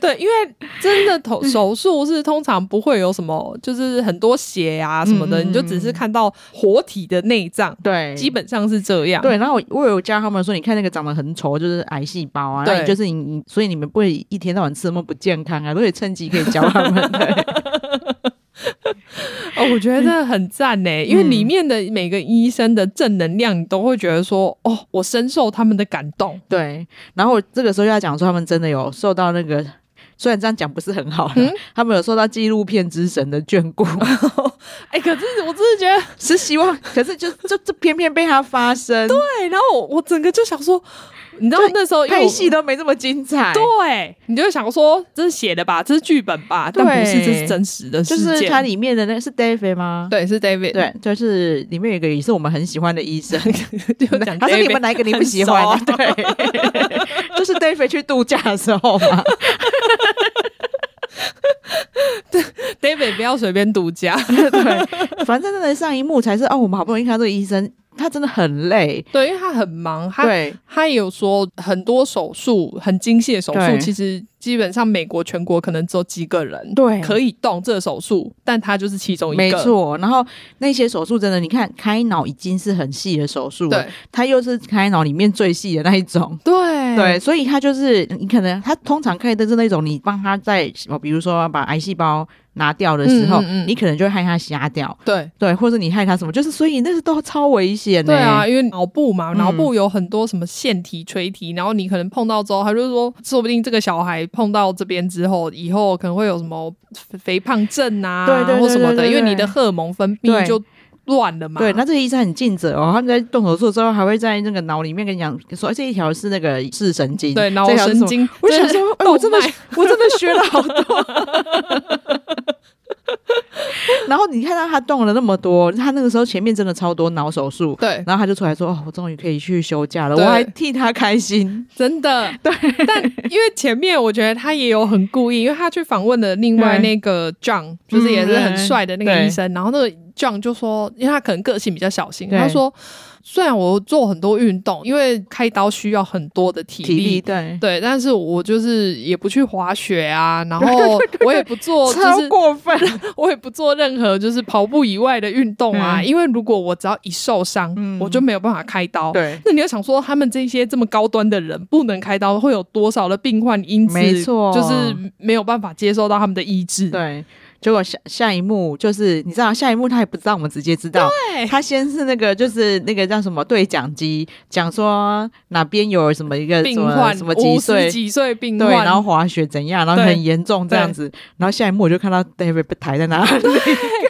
Speaker 3: 对，因为真的
Speaker 2: 嗯
Speaker 3: 头手术是通常不会有什么，就是很多血啊什么的，
Speaker 2: 嗯嗯
Speaker 3: 你就只是看到活体的内脏，
Speaker 2: 对，
Speaker 3: 基本上是这样。
Speaker 2: 对。然后我我有教他们说，你看那个长得很丑，就是癌细胞啊，
Speaker 3: 对
Speaker 2: 那你就是你你，所以你们不会一天到晚吃那么不健康啊，都可以趁机可以教他们 的。
Speaker 3: 哦，我觉得很赞呢，因为里面的每个医生的正能量，你都会觉得说，哦，我深受他们的感动。
Speaker 2: 对，然后我这个时候又要讲说，他们真的有受到那个。虽然这样讲不是很好啦，
Speaker 3: 嗯
Speaker 2: 他们有受到纪录片之神的眷顾，
Speaker 3: 哎，可是我真的觉 得，
Speaker 2: 是希望，可是就就就偏偏被他发生，
Speaker 3: 对，然后我我整个就想说，你知道那时候因为
Speaker 2: 拍
Speaker 3: 我
Speaker 2: 戏都没这么精彩，
Speaker 3: 对，你就会想说这是写的吧，这是剧本吧，但不是，
Speaker 2: 对
Speaker 3: 这是真实的
Speaker 2: 就
Speaker 3: 事
Speaker 2: 是
Speaker 3: 件。
Speaker 2: 它里面的那是 David 吗？
Speaker 3: 对，是 David，，
Speaker 2: 对，就是里面有一个也是我们很喜欢的医生，
Speaker 3: 就 讲
Speaker 2: 他说
Speaker 3: David
Speaker 2: 你们哪一个你不喜欢、
Speaker 3: 很熟
Speaker 2: 对，就是 David 去度假的时候嘛，
Speaker 3: David 不要随便独 家。
Speaker 2: 对，反正真的上一幕才是哦，我们好不容易看到这个医生，他真的很累，
Speaker 3: 对，因为他很忙，他
Speaker 2: 对，
Speaker 3: 他也有说很多手术很精细的手术，
Speaker 2: 对
Speaker 3: 其实基本上美国全国可能只有几个人
Speaker 2: 对
Speaker 3: 可以动这个手术，但他就是其哦中一个。
Speaker 2: 哎没，错。然后那些手术真的，你看开脑已经是很细的手术了
Speaker 3: 对，
Speaker 2: 他又是开脑里面最细的那一种。
Speaker 3: 对
Speaker 2: 对，所以他就是你可能他通常开的是那种你帮他在哦，比如说把癌细胞拿掉的时候，
Speaker 3: 嗯嗯嗯
Speaker 2: 你可能就会害他瞎掉，
Speaker 3: 对
Speaker 2: 对，或者你害他什么，就是所以那是都超危险的、
Speaker 3: 对啊，，因为脑部嘛，
Speaker 2: 嗯
Speaker 3: 脑部有很多什么腺体、垂体，然后你可能碰到之后，他就说，说不定这个小孩碰到这边之后，以后可能会有什么肥胖症啊，
Speaker 2: 对对对
Speaker 3: 或什么
Speaker 2: 对
Speaker 3: 的，
Speaker 2: 对
Speaker 3: 因为
Speaker 2: 对
Speaker 3: 你的荷尔蒙分泌
Speaker 2: 对
Speaker 3: 就乱了嘛。
Speaker 2: 对，那这个医生很尽责哦，他们在动手术之后还会在那个脑里面跟你讲说，哎，这一条是那个视神经，
Speaker 3: 对脑
Speaker 2: 这条是什
Speaker 3: 神
Speaker 2: 么。
Speaker 3: 经，
Speaker 2: 我想
Speaker 3: 这是
Speaker 2: 说，哎，我真的
Speaker 3: 动脉
Speaker 2: 我真的学了好多。然后你看到他动了那么多，他那个时候前面真的超多脑手术，
Speaker 3: 对，
Speaker 2: 然后他就出来说：“哦，我终于可以去休假了，
Speaker 3: 对
Speaker 2: 我还替他开心。
Speaker 3: 真的，对，但因为前面我觉得他也有很故意，因为他去访问了另外
Speaker 2: 对嗯
Speaker 3: 那个 John，就是也是很帅的那个
Speaker 2: 对
Speaker 3: 医生，然后那个 John 就说，因为他可能个性比较小心，
Speaker 2: 对
Speaker 3: 他说虽然我做很多运动，因为开刀需要很多的体力。
Speaker 2: 体力对，
Speaker 3: 对，但是我就是也不去滑雪啊，然后我也不做，就
Speaker 2: 超
Speaker 3: 是
Speaker 2: 过分。
Speaker 3: 我也不做任何就是跑步以外的运动啊，
Speaker 2: 嗯
Speaker 3: 因为如果我只要一受伤，
Speaker 2: 嗯
Speaker 3: 我就没有办法开刀。
Speaker 2: 对，
Speaker 3: 那你要想说，他们这些这么高端的人不能开刀，会有多少的病患因此
Speaker 2: 没错
Speaker 3: 就是没有办法接受到他们的医治？
Speaker 2: 对。结果下下一幕就是你知道，下一幕他也不知道我们直接知道，
Speaker 3: 对
Speaker 2: 他先是那个就是那个叫什么对讲机讲说哪边有什么一个什
Speaker 3: 病
Speaker 2: 么
Speaker 3: 患
Speaker 2: 什么几
Speaker 3: 50
Speaker 2: 岁。
Speaker 3: 几岁病
Speaker 2: 对，
Speaker 3: 患，
Speaker 2: 然后滑雪怎样，然后
Speaker 3: 对
Speaker 2: 很严重这样子，然后下一幕我就看到 David 被抬在那 里，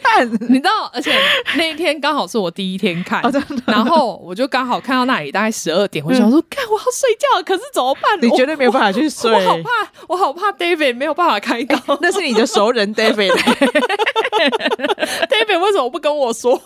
Speaker 2: 看，
Speaker 3: 你知道，而且那一天刚好是我第一天 看，
Speaker 2: 哦真嗯
Speaker 3: 然后我就刚好看到那里大概十二点，我就想说，看我要睡觉了，可是怎么办？
Speaker 2: 你
Speaker 3: 我
Speaker 2: 绝对没有办法去睡
Speaker 3: 我，好怕，我好怕 David 没有办法开刀。
Speaker 2: 那是你的熟人 David。哎
Speaker 3: David 为什么不跟我说？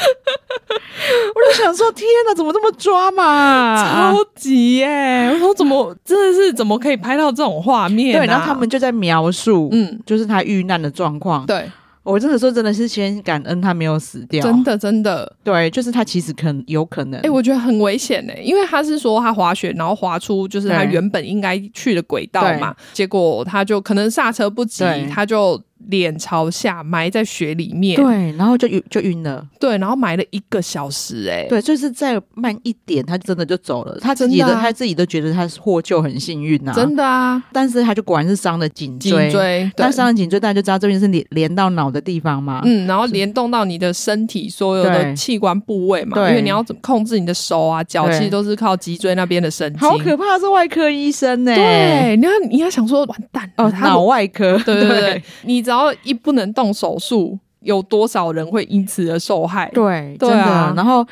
Speaker 2: 我就想说，天哪，怎么这么抓嘛？
Speaker 3: 超级耶、我说怎么真的是怎么可以拍到这种画面、啊？
Speaker 2: 对，然后他们就在描述，
Speaker 3: 嗯
Speaker 2: 嗯，就是他遇难的状况。
Speaker 3: 对。
Speaker 2: 我真的说，真的是先感恩他没有死掉，
Speaker 3: 真。的真的，
Speaker 2: 对，就是他其实可能有可能，
Speaker 3: 哎、我觉得很危险呢、因为他是说他滑雪，然后滑出就是他
Speaker 2: 对
Speaker 3: 原本应该去的轨道嘛，结果他就可能刹车不及
Speaker 2: 对，
Speaker 3: 他就脸朝下埋在雪里面，
Speaker 2: 对，然后就晕就晕了，
Speaker 3: 对然后埋了一个小时、哎，
Speaker 2: 对，就是再慢一点，他真的就走了，他自己的
Speaker 3: 真的啊
Speaker 2: 他自己都觉得他是获救很幸运呐、
Speaker 3: 真的啊，
Speaker 2: 但是他就果然是伤了颈
Speaker 3: 颈
Speaker 2: 椎，
Speaker 3: 椎，对
Speaker 2: 他，伤了颈椎，大家就知道这边是连连到脑的地方嘛，
Speaker 3: 嗯，然后联动到你的身体所有的
Speaker 2: 对
Speaker 3: 器官部位嘛，
Speaker 2: 对
Speaker 3: 因为你要怎么控制你的手啊、脚，
Speaker 2: 对
Speaker 3: 其实都是靠脊椎那边的神经，
Speaker 2: 好可怕，欸是外科医生呢、
Speaker 3: 对，你要你要想说，完蛋了
Speaker 2: 哦，
Speaker 3: 他
Speaker 2: 脑外科，
Speaker 3: 对对对，你只要一不能动手术，有多少人会因此而受害？
Speaker 2: 对，
Speaker 3: 对
Speaker 2: 真的。
Speaker 3: 啊
Speaker 2: 然后，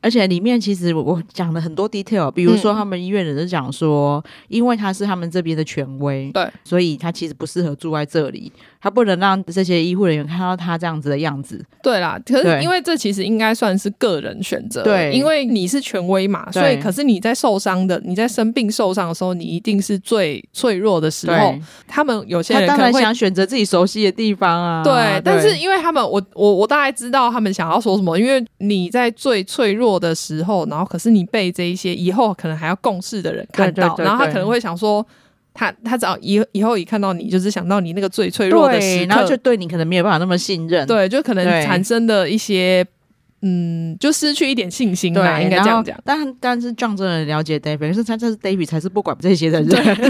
Speaker 2: 而且里面其实我我讲了很多 detail，比如说
Speaker 3: 嗯
Speaker 2: 他们医院人就讲说，因为他是他们这边的权威，
Speaker 3: 对，
Speaker 2: 所以他其实不适合住在这里，他不能让这些医护人员看到他这样子的样子。
Speaker 3: 对啦，可是
Speaker 2: 对
Speaker 3: 因为这其实应该算是个人选择，
Speaker 2: 对
Speaker 3: 因为你是权威嘛，所以
Speaker 2: 对
Speaker 3: 可是你在受伤的，你在生病受伤的时候，你一定是最脆弱的时候
Speaker 2: 对。
Speaker 3: 他们有些
Speaker 2: 他
Speaker 3: 人
Speaker 2: 当
Speaker 3: 可能
Speaker 2: 然
Speaker 3: 会。
Speaker 2: 想选择自己熟悉的地方啊。
Speaker 3: 对，但是因为他们，我我我大概知道他们想要说什么，因为你在最脆弱的时候，然后可是你被这一些以后可能还要共事的人看
Speaker 2: 对
Speaker 3: 到，
Speaker 2: 对对
Speaker 3: 然后他
Speaker 2: 对
Speaker 3: 可能会想说，他他只要以以后一看到你，就是想到你那个最脆弱的时
Speaker 2: 对，
Speaker 3: 刻，
Speaker 2: 然后就对你可能没有办法那么信任。
Speaker 3: 对，就可能
Speaker 2: 对
Speaker 3: 产生的一些，嗯，就失去一点信心吧，应该这样讲
Speaker 2: 然后。但但是 John 真的了解 David，可是他这是 David 才是不管这些的人，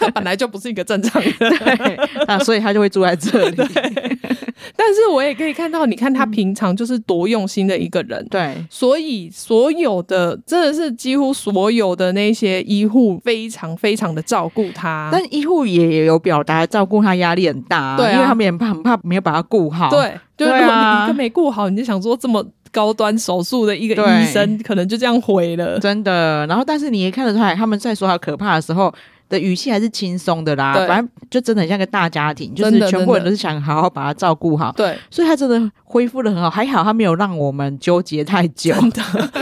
Speaker 3: 他本来就不是一个正常人，
Speaker 2: 对，那所以他就会住在这里。
Speaker 3: 但是我也可以看到，你看
Speaker 2: 嗯
Speaker 3: 他平常就是多用心的一个人。
Speaker 2: 对，
Speaker 3: 所以，所有的真的是几乎所有的那些医护非常非常的照顾他，
Speaker 2: 但医护也有表达照顾他压力很大、
Speaker 3: 啊对啊
Speaker 2: 因为他们也很怕很怕没有把他顾好。，
Speaker 3: 对，就是
Speaker 2: 对
Speaker 3: 如果
Speaker 2: 啊
Speaker 3: 你一个没顾好，你就想说这么高端手术的一个
Speaker 2: 对
Speaker 3: 医生，可能就这样毁了。
Speaker 2: 真的。然后，但是你也看得出来，他们在说他可怕的时候。的语气还是轻松的啦，
Speaker 3: 对
Speaker 2: 反正就真的很像个大家庭，就
Speaker 3: 真
Speaker 2: 是
Speaker 3: 的
Speaker 2: 全部人
Speaker 3: 真
Speaker 2: 都
Speaker 3: 的
Speaker 2: 是想好好把他照顾好，
Speaker 3: 对，
Speaker 2: 所以他真的恢复的很好，还好他没有让我们纠结太 久，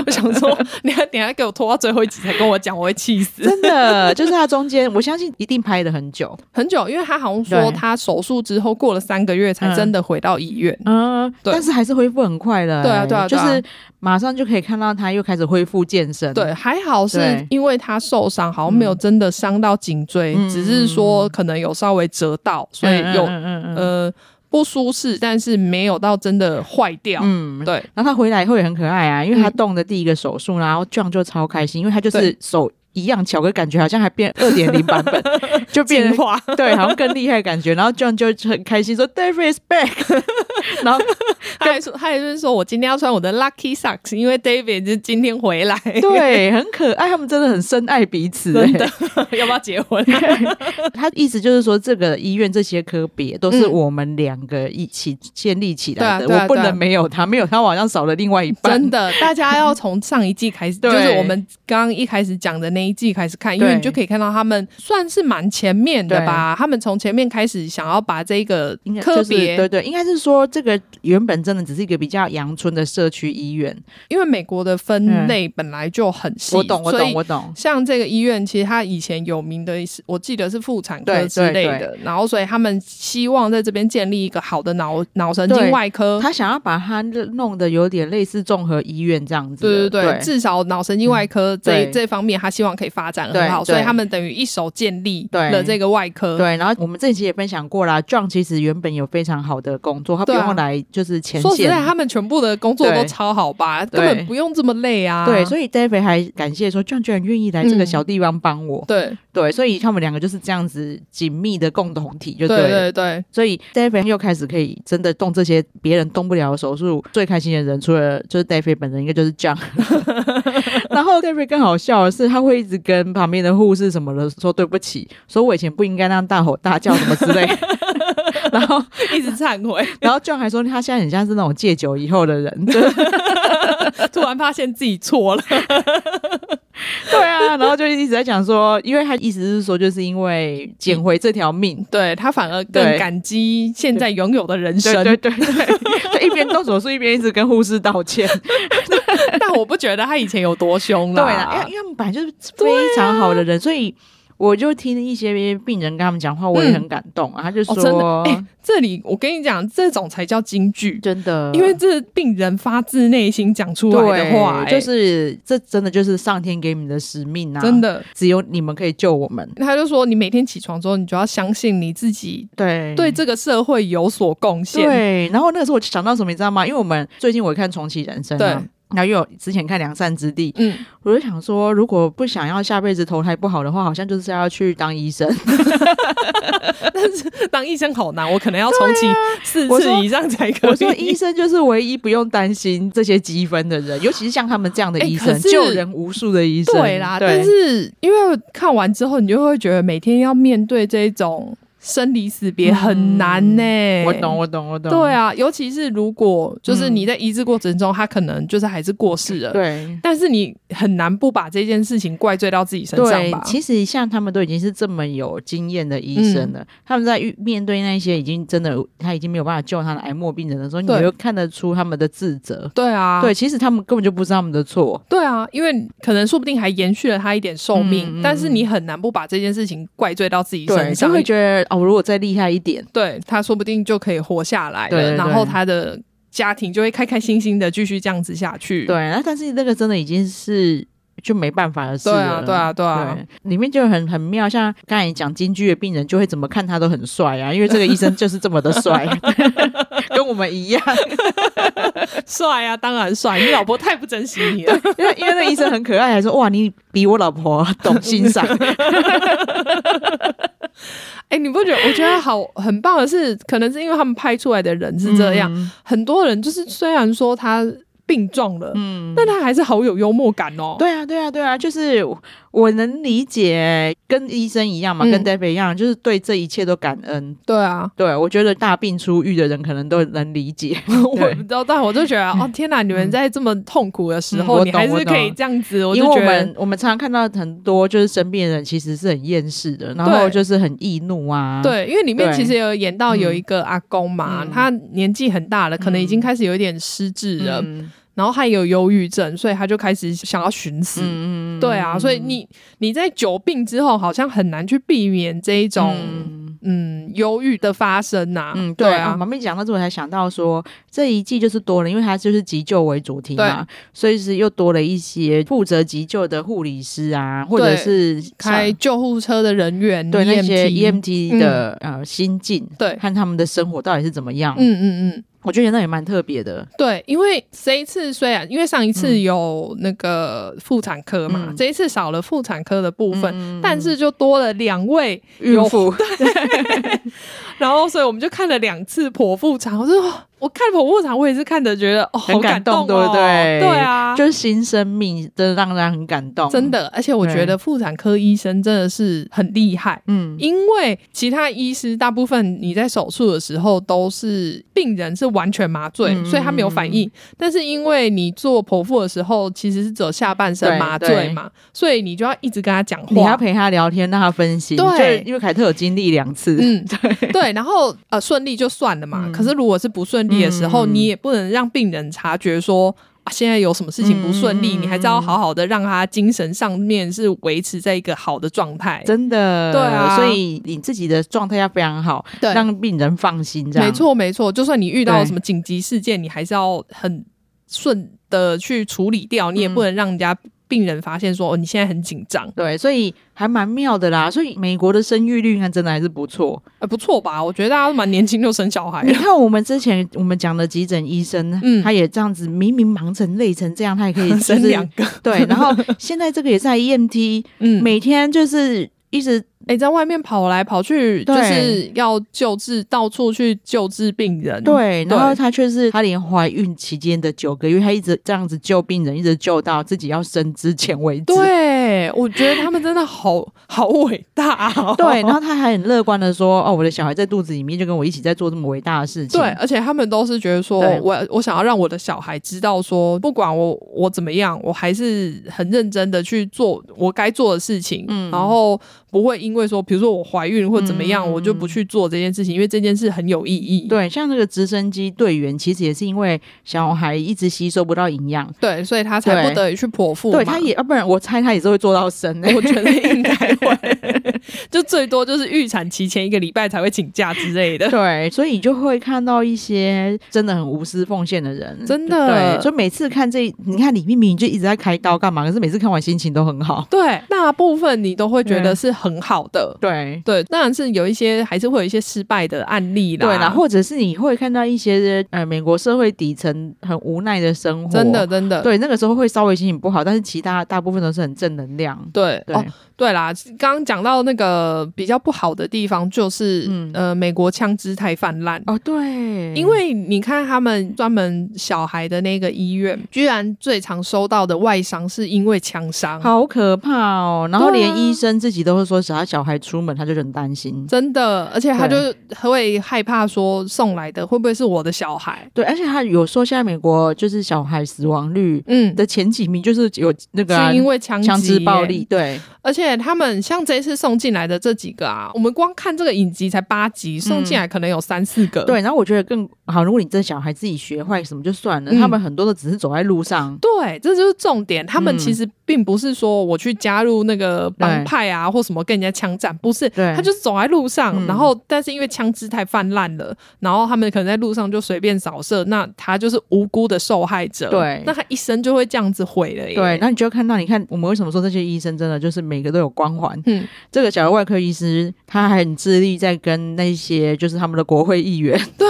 Speaker 3: 我想说， 你还等一下给我拖到最后一集才跟我讲，我会气死。
Speaker 2: 真的就是他中间，我相信一定拍了很久，
Speaker 3: 很久，因为他好像
Speaker 2: 对
Speaker 3: 说他手术之后过了三个月才真的回到医院。
Speaker 2: 嗯，
Speaker 3: 对
Speaker 2: 但是还是恢复很快了、
Speaker 3: 对啊对啊
Speaker 2: 就
Speaker 3: 对啊
Speaker 2: 是马上就可以看到他又开始恢复健身，
Speaker 3: 对，嗯还好是
Speaker 2: 对
Speaker 3: 因为他受伤，好像没有真的伤到颈椎，
Speaker 2: 嗯
Speaker 3: 只是说可能有稍微折到，所以有、
Speaker 2: 嗯嗯嗯嗯
Speaker 3: 呃不舒适，但是没有到真的坏掉。
Speaker 2: 嗯。
Speaker 3: 对
Speaker 2: 然后他回来以后也很可爱啊，因为他动的第一个手术，然后 John 就超开心，因为他就是
Speaker 3: 嗯对
Speaker 2: 手一样巧，可感觉好像还变二点零 版本，就变
Speaker 3: 进化
Speaker 2: 对，好像更厉害的感觉。然后 John 就很开心说 David is back，然 后
Speaker 3: 他还说，他还是说我今天要穿我的 lucky socks，因为 David 就今天回来，
Speaker 2: 对，很可爱，他们真的很深爱彼此、
Speaker 3: 真
Speaker 2: 欸
Speaker 3: 的要不要 结婚？
Speaker 2: 他意思就是说，这个医院这些科别都是
Speaker 3: 嗯
Speaker 2: 我们两个一起建立起来的，
Speaker 3: 对啊对啊
Speaker 2: 我不
Speaker 3: 对
Speaker 2: 能
Speaker 3: 啊
Speaker 2: 没有他，没有他我好像少了另外一半。
Speaker 3: 真的，大家要从上一季开始，
Speaker 2: 对
Speaker 3: 就是我们刚刚一开始讲的那一季开始看，因
Speaker 2: 对
Speaker 3: 为你就可以看到他们算是蛮前面的吧。他们从前面开始想要把这个
Speaker 2: 应该
Speaker 3: 科
Speaker 2: 就是
Speaker 3: 别，
Speaker 2: 对对，应该是说这个原本真的只是一个比较阳春的社区医院。
Speaker 3: 因为美国的分类本来就很
Speaker 2: 嗯
Speaker 3: 细，
Speaker 2: 我懂，我
Speaker 3: 所
Speaker 2: 懂，
Speaker 3: 以
Speaker 2: 我懂。
Speaker 3: 像这个医院，其实它以前有名的是，我记得是妇产科
Speaker 2: 对
Speaker 3: 之类
Speaker 2: 对
Speaker 3: 的，然后所以他们希望在这边建立一个好的脑脑神
Speaker 2: 对
Speaker 3: 经外科。
Speaker 2: 他想要把它弄得有点类似综合医院这样子
Speaker 3: 对
Speaker 2: 的。
Speaker 3: 对对，
Speaker 2: 对嗯
Speaker 3: 至少脑神经外科这
Speaker 2: 对
Speaker 3: 这方面，他希望可以发展很好，
Speaker 2: 对对
Speaker 3: 所以他们等于一手建立
Speaker 2: 对
Speaker 3: 了这个外科。
Speaker 2: 对，然后我们这期也分享过啦，John 其实原本有非常好的工作，他不
Speaker 3: 对啊
Speaker 2: 用来就是前
Speaker 3: 说实
Speaker 2: 线啊
Speaker 3: 在，他们全部的工作
Speaker 2: 对
Speaker 3: 都超好吧，
Speaker 2: 对
Speaker 3: 根本不用这么累啊。
Speaker 2: 对，
Speaker 3: 以
Speaker 2: 所以 David 还感谢说，John 居然愿意来这个
Speaker 3: 嗯
Speaker 2: 小地方帮我。
Speaker 3: 对
Speaker 2: 对，所以他们两个就是这样子紧密的共同体，就
Speaker 3: 对
Speaker 2: 对了。
Speaker 3: 对对
Speaker 2: 所以 David 又开始可以真的动这些别人动不了的手术。最开心的人，除了就是 David 本人，应该就是 John。然后 David 更好笑的是，他会一直跟旁边的护士什么的说对不起，说我以前不应该那样大吼大叫什么之 类。然后，
Speaker 3: 一直忏悔，
Speaker 2: 然后 John 还说他现在很像是那种戒酒以后的 人，就是
Speaker 3: 突然发现自己错了。
Speaker 2: 对啊，然后就一直在讲说，因为他意思是说，就是因为捡回这条命。
Speaker 3: 对他反而
Speaker 2: 对
Speaker 3: 更感激现在拥有的人
Speaker 2: 对
Speaker 3: 生，
Speaker 2: 对对对， 就一边动手术一边一直跟护士道歉。
Speaker 3: 但我不觉得他以前有多凶
Speaker 2: 对啦，因为
Speaker 3: 啦
Speaker 2: 因。为他们本来就是非常好的人，所以我就听一些病人跟他们讲话，我也很感动啊。他就
Speaker 3: 哦，
Speaker 2: 说，
Speaker 3: 真的，哎、这里我跟你讲，这种才叫京剧，
Speaker 2: 真的
Speaker 3: 因为这是病人发自内心讲出来
Speaker 2: 对
Speaker 3: 的话、哎
Speaker 2: 就是这真的就是上天给你们的使命啊，
Speaker 3: 真，的。
Speaker 2: 只有你们可以救我们。
Speaker 3: 他就说，你每天起床之后，你就要相信你自己
Speaker 2: 对
Speaker 3: 对这个社会有所贡献。
Speaker 2: 对，然后那个时候我就想到什么，你知道吗？因为我们最近我看重启人生、啊，
Speaker 3: 对
Speaker 2: 然后又有之前看良善之地，
Speaker 3: 嗯，
Speaker 2: 我就想说，如果不想要下辈子投胎不好的话，好像就是要去当医生。
Speaker 3: 当医生好难，我可能要重启四
Speaker 2: 啊我说
Speaker 3: 次以上才可 以。
Speaker 2: 我说医生就是唯一不用担心这些积分的人，尤其是像他们这样的
Speaker 3: 哎
Speaker 2: 医生，
Speaker 3: 可是
Speaker 2: 救人无数的医生。
Speaker 3: 对啦，
Speaker 2: 对
Speaker 3: 但是因为看完之后，你就会觉得每天要面对这种生离死别很难呢、
Speaker 2: 我懂，。我懂，我懂。
Speaker 3: 对啊，尤其是如果就是
Speaker 2: 嗯
Speaker 3: 你在医治过程中，他可能就是还是过世了，
Speaker 2: 对。
Speaker 3: 但是你很难不把这件事情怪罪到自己身上
Speaker 2: 对
Speaker 3: 吧，？
Speaker 2: 其实像他们都已经是这么有经验的医生了，嗯他们在遇面对那些已经真的他已经没有办法救他的癌末病人的时候，你
Speaker 3: 对
Speaker 2: 就看得出他们的自责。
Speaker 3: 对啊，
Speaker 2: 对，其实他们根本就不是他们的错。
Speaker 3: 对啊，因为可能说不定还延续了他一点寿命，
Speaker 2: 嗯嗯嗯
Speaker 3: 但是你很难不把这件事情怪罪到自己
Speaker 2: 对，
Speaker 3: 身
Speaker 2: 就
Speaker 3: 上，
Speaker 2: 会觉得哦，如果再厉害一点，
Speaker 3: 对他说不定就可以活下来了，
Speaker 2: 对对对
Speaker 3: 然后他的家庭就会开开心心的继续这样子下去。
Speaker 2: 对，那但是那个真的已经是就没办法的事
Speaker 3: 对
Speaker 2: 了。
Speaker 3: 啊，对啊，对啊，
Speaker 2: 对，里面就很很妙，像刚才你讲京剧的病人，就会怎么看他都很帅啊，因为这个医生就是这么的 帅，跟我们一样。
Speaker 3: 帅啊，当然帅，你老婆太不珍惜你 了。
Speaker 2: 因为因为那 医生很可爱，还说哇，你比我老婆懂欣赏。
Speaker 3: 哎、你不觉得？我觉得好很棒的是，可能是因为他们拍出来的人是这样，
Speaker 2: 嗯
Speaker 3: 很多人就是虽然说他病重了，
Speaker 2: 嗯
Speaker 3: 但他还是好有幽默感哦。
Speaker 2: 对啊，对啊，对啊，就是我我能理解，跟医生一样嘛，
Speaker 3: 嗯
Speaker 2: 跟 David 一样，就是对这一切都感恩。
Speaker 3: 对啊，
Speaker 2: 对，我觉得大病初愈的人可能都能理 解。
Speaker 3: 我不知道，但我就觉得， 哦天哪！你们在这么痛苦的时
Speaker 2: 嗯我
Speaker 3: 候，
Speaker 2: 懂
Speaker 3: 你还是可以这样子，我
Speaker 2: 因
Speaker 3: 就
Speaker 2: 为我
Speaker 3: 觉得
Speaker 2: 们我嗯们常常看到很多就是身边的人其实是很厌世的，然后
Speaker 3: 对
Speaker 2: 就是很易怒啊。，
Speaker 3: 对，因为里面
Speaker 2: 对
Speaker 3: 其实有演到有一个阿公嘛，
Speaker 2: 嗯
Speaker 3: 他年纪很大了，可能已经开始有一点失智了，
Speaker 2: 嗯
Speaker 3: 然后他也有忧郁症，所以他就开始想要寻死。
Speaker 2: 嗯
Speaker 3: 对啊，所以你你在久病之后，好像很难去避免这一种
Speaker 2: 嗯
Speaker 3: 嗯忧郁、的发生呐、
Speaker 2: 嗯，
Speaker 3: 对
Speaker 2: 对
Speaker 3: 啊
Speaker 2: 啊，，妈咪讲到这，我才想到说这一季就是多了，因为它就是急救为主题嘛，所以是又多了一些负责急救的护理师啊，或者
Speaker 3: 对
Speaker 2: 是
Speaker 3: 开
Speaker 2: 像
Speaker 3: 救护车的人员 E
Speaker 2: 对那些 E
Speaker 3: EMT
Speaker 2: EMT 的、呃心境，
Speaker 3: 嗯对
Speaker 2: 看他们的生活到底是怎么样，
Speaker 3: 嗯嗯嗯，
Speaker 2: 我觉得那也蛮特别的，
Speaker 3: 对，因为这一次虽然因为上一次有那个妇产科嘛，
Speaker 2: 嗯
Speaker 3: 这一次少了妇产科的部分，但是就多了两位
Speaker 2: 孕
Speaker 3: 有
Speaker 2: 妇
Speaker 3: 然后，所以我们就看了两次剖腹产。我说，哦我看剖腹产，我也是看的，觉得哦，好
Speaker 2: 很感动
Speaker 3: 哦，
Speaker 2: 对不对
Speaker 3: 对啊，
Speaker 2: 就是新生命，真的让人很感动，
Speaker 3: 真，的。而且我觉得妇产科医生真的是很厉害，
Speaker 2: 嗯，
Speaker 3: 因为其他医师大部分你在手术的时候都是病人是完全麻醉，
Speaker 2: 嗯
Speaker 3: 所以他没有反应。但是因为你做剖腹的时候其实是只有下半身
Speaker 2: 对
Speaker 3: 麻
Speaker 2: 对
Speaker 3: 醉嘛，所以你就要一直跟他讲
Speaker 2: 你还要
Speaker 3: 话。
Speaker 2: 陪他聊天，让他分析，
Speaker 3: 对
Speaker 2: 就是因为凯特有经历两次，
Speaker 3: 嗯，对，然后呃顺利就算了嘛。
Speaker 2: 嗯
Speaker 3: 可是如果是不顺利的时候，
Speaker 2: 嗯
Speaker 3: 你也不能让病人察觉说啊现在有什么事情不顺利，
Speaker 2: 嗯
Speaker 3: 你还是要好好的让他精神上面是维持在一个好的状态。
Speaker 2: 真的，
Speaker 3: 对啊
Speaker 2: 所以你自己的状态要非常好，
Speaker 3: 对
Speaker 2: 让病人放心，这样
Speaker 3: 没。错，没错，就算你遇到
Speaker 2: 对
Speaker 3: 什么紧急事件，你还是要很顺的去处理掉，你也不能让人家病人发现说、哦你现在很紧张，
Speaker 2: 对，所以还蛮妙的啦。所以美国的生育率应该真的还是不错。
Speaker 3: 呃，不错吧？我觉得大家都蛮年轻就生小孩
Speaker 2: 你
Speaker 3: 了，
Speaker 2: 看我们之前我们讲的急诊医生，
Speaker 3: 哎嗯
Speaker 2: 他也这样子，明明忙成累成这样，他也可 以就
Speaker 3: 生
Speaker 2: 是
Speaker 3: 两个，
Speaker 2: 对。然后现在这个也是 EMT，、
Speaker 3: 嗯，
Speaker 2: 每天就是一直
Speaker 3: 哎、在外面跑来跑去，
Speaker 2: 对
Speaker 3: 就是要救治，到处去救治病人。
Speaker 2: 嗯对，然后
Speaker 3: 对
Speaker 2: 他却是他连怀孕期间的九个月，他一直这样子救病人，一直救到自己要生之前为止。
Speaker 3: 对，我觉得他们真的好好伟大、哦。
Speaker 2: 对，然后他还很乐观的说：“哦，我的小孩在肚子里面就跟我一起在做这么伟大的事情。”
Speaker 3: 对，而且他们都是觉得说
Speaker 2: 对，
Speaker 3: 我我想要让我的小孩知道说，不管我我怎么样，我还是很认真的去做我该做的事情，
Speaker 2: 嗯
Speaker 3: 然后不会因为说，比如说我怀孕或怎么样，我就不去做这件事情，因为这件事很有意义。
Speaker 2: 对，像那个直升机队员，其实也是因为小孩一直吸收不到营养，
Speaker 3: 对，所以他才
Speaker 2: 对
Speaker 3: 不得已去剖腹嘛。
Speaker 2: 对，他也要、啊不然我猜他也是会做到生的、
Speaker 3: 我觉得应该 会，就最多就是预产期前一个礼拜才会请假之类的。
Speaker 2: 对，所以你就会看到一些真的很无私奉献的人，
Speaker 3: 真的
Speaker 2: 对，所以每次看这，你看李明明就一直在开刀干嘛？可是每次看完心情都很好。
Speaker 3: 对，大部分你都会觉
Speaker 2: 嗯
Speaker 3: 得是很好的。
Speaker 2: 对
Speaker 3: 对，当然是有一些还是会有一些失败的案例啦。
Speaker 2: 对啦，或者是你会看到一些呃美国社会底层很无奈的生活，
Speaker 3: 真的真的
Speaker 2: 对，那个时候会稍微心情不好，但是其他大部分都是很正能量。
Speaker 3: 对
Speaker 2: 对，
Speaker 3: 哦对啦，刚刚讲到那个比较不好的地方就是、
Speaker 2: 嗯
Speaker 3: 呃美国枪支太泛滥。
Speaker 2: 哦，对，
Speaker 3: 因为你看，他们专门小孩的那个医院，居然最常收到的外伤是因为枪伤，
Speaker 2: 好可怕哦！然后
Speaker 3: 对啊
Speaker 2: 连医生自己都会说，只要小孩出门，他就很担心。
Speaker 3: 真的，而且他就
Speaker 2: 对
Speaker 3: 会害怕说送来的会不会是我的小孩？
Speaker 2: 对，而且他有说，现在美国就是小孩死亡率
Speaker 3: 嗯，
Speaker 2: 的前几名，就是有那个啊、
Speaker 3: 是因为枪
Speaker 2: 枪
Speaker 3: 击
Speaker 2: 支
Speaker 3: 耶嗯
Speaker 2: 暴力。，对，
Speaker 3: 而且他们像这次送进来的这几个啊，我们光看这个影集才八集，送进来可能有三四个。
Speaker 2: 嗯对。然后我觉得更好，如果你这小孩自己学坏什么就算了，
Speaker 3: 嗯
Speaker 2: 他们很多都只是走在路上。
Speaker 3: 对，这就是重点。他
Speaker 2: 嗯
Speaker 3: 们其实并不是说我去加入那个帮派啊，或什么跟人家枪战，不是，
Speaker 2: 对
Speaker 3: 他就是走在路上，
Speaker 2: 嗯
Speaker 3: 然后但是因为枪支太泛滥了，然后他们可能在路上就随便扫射，那他就是无辜的受害者。
Speaker 2: 对
Speaker 3: 那他一生就会这样子毁了耶。
Speaker 2: 对，然后你就看到，你看我们为什么说这些医生真的就是每个都有光环。
Speaker 3: 嗯，
Speaker 2: 这个小儿外科医师他还很致力在跟那些就是他们的国会议 员，
Speaker 3: 对，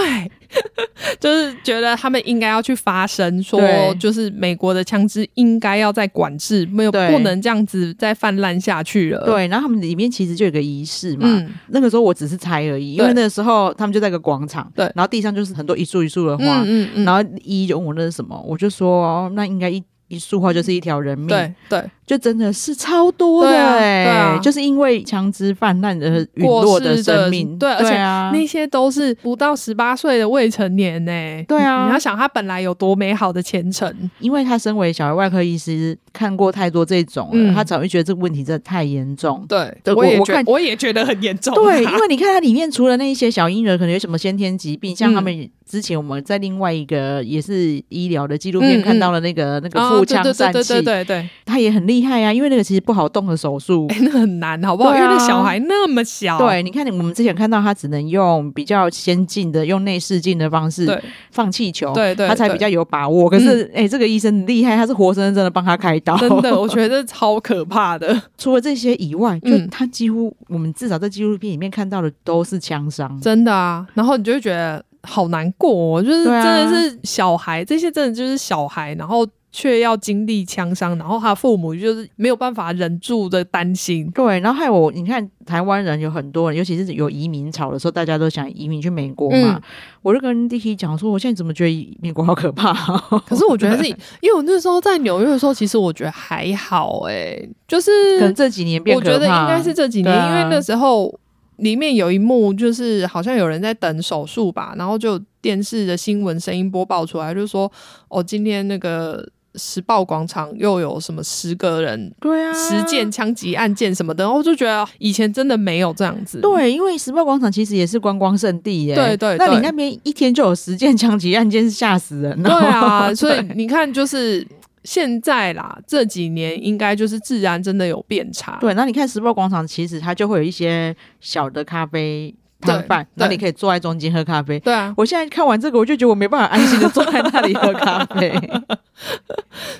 Speaker 3: 就是觉得他们应该要去发声，说
Speaker 2: 对
Speaker 3: 就是美国的枪支应该要再管制，没有
Speaker 2: 对
Speaker 3: 不能这样子再泛滥下去了。，
Speaker 2: 对，然后他们里面其实就有个仪式嘛。
Speaker 3: 呃嗯，
Speaker 2: 那个时候我只是猜而已，因为
Speaker 3: 对
Speaker 2: 那个时候他们就在一个广场，
Speaker 3: 对
Speaker 2: 然后地上就是很多一束一束的花，
Speaker 3: 嗯嗯嗯，
Speaker 2: 然后一就问我那是什么，我就说哦，那应该一一束花就是一条人命，
Speaker 3: 对对
Speaker 2: 就真的是超多的、
Speaker 3: 对啊
Speaker 2: 欸
Speaker 3: 对啊嗯
Speaker 2: 就是因为枪支泛滥而陨
Speaker 3: 过
Speaker 2: 落
Speaker 3: 世的
Speaker 2: 生命，
Speaker 3: 对而且
Speaker 2: 啊，
Speaker 3: 那些都是不到十八岁的未成年呢、
Speaker 2: 对啊
Speaker 3: 你要想他本来有多美好的前程，
Speaker 2: 因为他身为小儿外科医师，看过太多这种了，
Speaker 3: 嗯
Speaker 2: 他早就觉得这个问题真的太严重。
Speaker 3: 对
Speaker 2: 对
Speaker 3: 我
Speaker 2: 我
Speaker 3: 也
Speaker 2: 我
Speaker 3: 觉
Speaker 2: 看
Speaker 3: 我也觉得很严重啊、
Speaker 2: 对，因为你看它里面除了那一些小婴儿可能有什么先天疾病，像
Speaker 3: 嗯
Speaker 2: 他们之前我们在另外一个也是医疗的纪录片
Speaker 3: 嗯嗯
Speaker 2: 看到了那个、那个
Speaker 3: 啊
Speaker 2: 腹
Speaker 3: 对
Speaker 2: 腔
Speaker 3: 对
Speaker 2: 疝
Speaker 3: 对
Speaker 2: 气
Speaker 3: 对，对对，
Speaker 2: 他也很厉害啊，因为那个其实不好动的手术。
Speaker 3: 哎、那很难，好不好？
Speaker 2: 对啊
Speaker 3: 因为那小孩那么小，
Speaker 2: 对，你看，我们之前看到他只能用比较先进的、用内视镜的方式
Speaker 3: 对
Speaker 2: 放气球，
Speaker 3: 对对
Speaker 2: 他才
Speaker 3: 对嗯
Speaker 2: 比较有把握。可是，哎、这个医生很厉害，他是活生生的帮他开刀。
Speaker 3: 真的，我觉得超可怕的。
Speaker 2: 除了这些以外，就
Speaker 3: 嗯
Speaker 2: 他几乎、我们至少在纪录片里面看到的都是枪伤。
Speaker 3: 真的啊，然后你就会觉得好难过、哦，就是
Speaker 2: 对
Speaker 3: 真
Speaker 2: 啊
Speaker 3: 的是小孩，这些真的就是小孩，然后却要经历枪伤，然后他父母就是没有办法忍住的担心。
Speaker 2: 对，然后还有我，你看台湾人有很多人，尤其是有移民潮的时候，大家都想移民去美国嘛。
Speaker 3: 嗯
Speaker 2: 我就跟 d i k 讲说，我现在怎么觉得美国好 可怕、
Speaker 3: 可是我觉得是， 因为我那时候在纽约的时候，其实我觉得还好、诶，就是
Speaker 2: 可能这几年变
Speaker 3: 我
Speaker 2: 可怕。
Speaker 3: 觉得应该是这几年，
Speaker 2: 对啊
Speaker 3: 因为那时候里面有一幕就是好像有人在等手术吧，然后就有电视的新闻声音播报出来，就是说哦，今天那个时报广场又有什么十个人
Speaker 2: 对啊，
Speaker 3: 实践枪击案件什么的，然后我就觉得以前真的没有这样子。
Speaker 2: 对，啊因为时报广场其实也是观光圣地耶。
Speaker 3: 对对
Speaker 2: 那你
Speaker 3: 对
Speaker 2: 那边一天就有十件枪击案件，是吓死人了。
Speaker 3: 对啊，所以
Speaker 2: 对
Speaker 3: 你看，就是现在啦，这几年应该就是治安真的有变差。
Speaker 2: 对，那你看时报广场，其实它就会有一些小的咖啡摊
Speaker 3: 对
Speaker 2: 贩，那
Speaker 3: 对
Speaker 2: 你可以坐在中间喝咖啡。
Speaker 3: 对啊，
Speaker 2: 我现在看完这个，我就觉得我没办法安心的坐在那里喝咖 啡。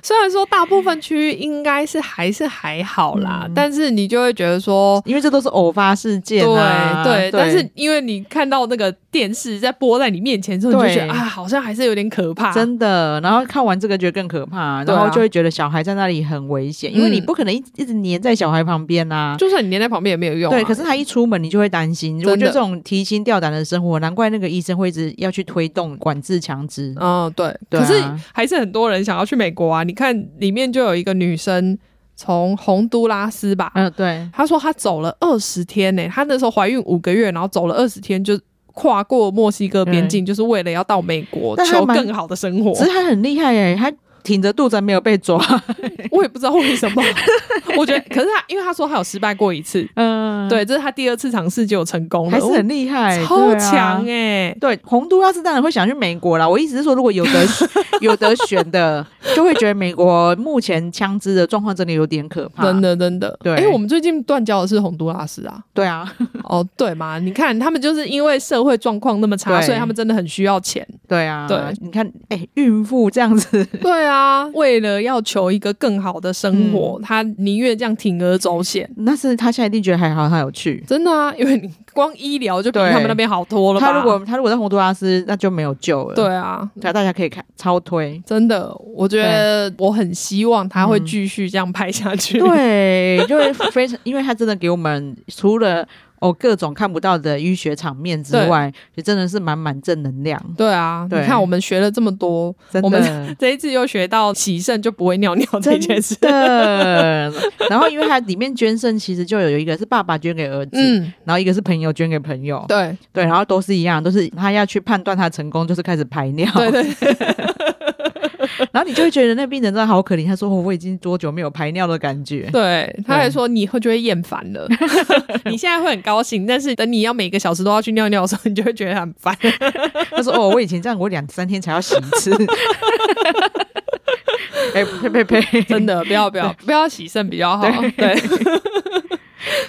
Speaker 3: 虽然说大部分区域应该是还是还好啦，
Speaker 2: 嗯
Speaker 3: 但是你就会觉得说。
Speaker 2: 因为这都是偶发事件、啊，
Speaker 3: 对对，
Speaker 2: 对，
Speaker 3: 但是因为你看到那个电视在播在你面前之后，你就觉
Speaker 2: 对
Speaker 3: 得啊，好像还是有点可怕。
Speaker 2: 真的，然后看完这个觉得更可怕，
Speaker 3: 对
Speaker 2: 然
Speaker 3: 啊
Speaker 2: 后就会觉得小孩在那里很危险，因为你
Speaker 3: 嗯
Speaker 2: 不可能一一直黏在小孩旁边啊。
Speaker 3: 就算你黏在旁边也没有用啊、
Speaker 2: 对，可是他一出门，你就会担心。
Speaker 3: 的
Speaker 2: 我觉得这种提心吊胆的生活，难怪那个医生会一直要去推动管制强制。
Speaker 3: 嗯，对，
Speaker 2: 对啊
Speaker 3: 可是还是很多人想要去美国啊。你看里面就有一个女生从洪都拉斯吧，
Speaker 2: 嗯、对，
Speaker 3: 她说她走了二十天呢、她那时候怀孕五个月，然后走了二十天就。跨过墨西哥边境，就是为了要到美国
Speaker 2: 但她
Speaker 3: 求
Speaker 2: 蛮
Speaker 3: 更好的生活。
Speaker 2: 只是他很厉害耶，他挺着肚子没有被抓。
Speaker 3: 我也不知道为什么，我觉得，可是她，因为她说她有失败过一次，
Speaker 2: 嗯，，哦
Speaker 3: 对，这是她第二次尝试就有成功了，
Speaker 2: 还是很厉害，
Speaker 3: 超
Speaker 2: 对啊
Speaker 3: 强哎、
Speaker 2: 对，洪都拉斯当然会想去美国啦。我意思是说，如果有得 有得选的，就会觉得美国目前枪支的状况真的有点可怕。
Speaker 3: 真，的真的。
Speaker 2: 对
Speaker 3: 哎、我们最近断交的是洪都拉 斯啊，
Speaker 2: 对啊，
Speaker 3: 哦，对嘛？你看他们就是因为社会状况那么差，
Speaker 2: 对
Speaker 3: 所以他们真的很需要 钱。
Speaker 2: 对啊，
Speaker 3: 对
Speaker 2: 你看，哎、孕妇这样子，
Speaker 3: 对啊，嗯为了要求一个更好的生活，他宁愿这样铤而走险。
Speaker 2: 那是他现在一定觉得还好，他有去。
Speaker 3: 真的啊，因为你光医疗就比
Speaker 2: 对
Speaker 3: 他们那边好多了吧？
Speaker 2: 他如果他如果在洪都拉斯，那就没有救了。
Speaker 3: 对，啊，。
Speaker 2: 大大家可以看超推
Speaker 3: 真的，我觉得我很希望他会继续这样拍下 去。
Speaker 2: 嗯对，就会非常，因为他真的给我们除了哦各种看不到的医学场面之
Speaker 3: 对
Speaker 2: 外，就真的是满满正能量。
Speaker 3: 对啊，
Speaker 2: 对
Speaker 3: 你看我们学了这么多，
Speaker 2: 真
Speaker 3: 我们
Speaker 2: 的，
Speaker 3: 这一次又学到洗肾就不会尿尿这件 事。
Speaker 2: 的。然后因为它里面捐肾，其实就有一个是爸爸捐给儿子，
Speaker 3: 嗯，
Speaker 2: 然后一个是朋友捐给朋友，
Speaker 3: 对
Speaker 2: 对，然后都是一样，都是他要去判断他成功，就是开始排尿。
Speaker 3: 对对
Speaker 2: 然后你就会觉得那病人真的好可怜，他说、哦我已经多久没有排尿的感觉。
Speaker 3: 对，他还说你以后就会厌烦了。 你现在会很高兴，但是等你要每个小时都要去尿尿的时候，你就会觉得很 烦。
Speaker 2: 他说哦，我以前这样，我两三天才要洗一 次。 哎、呸呸呸！
Speaker 3: 真的，不要不要不要洗肾比较好。对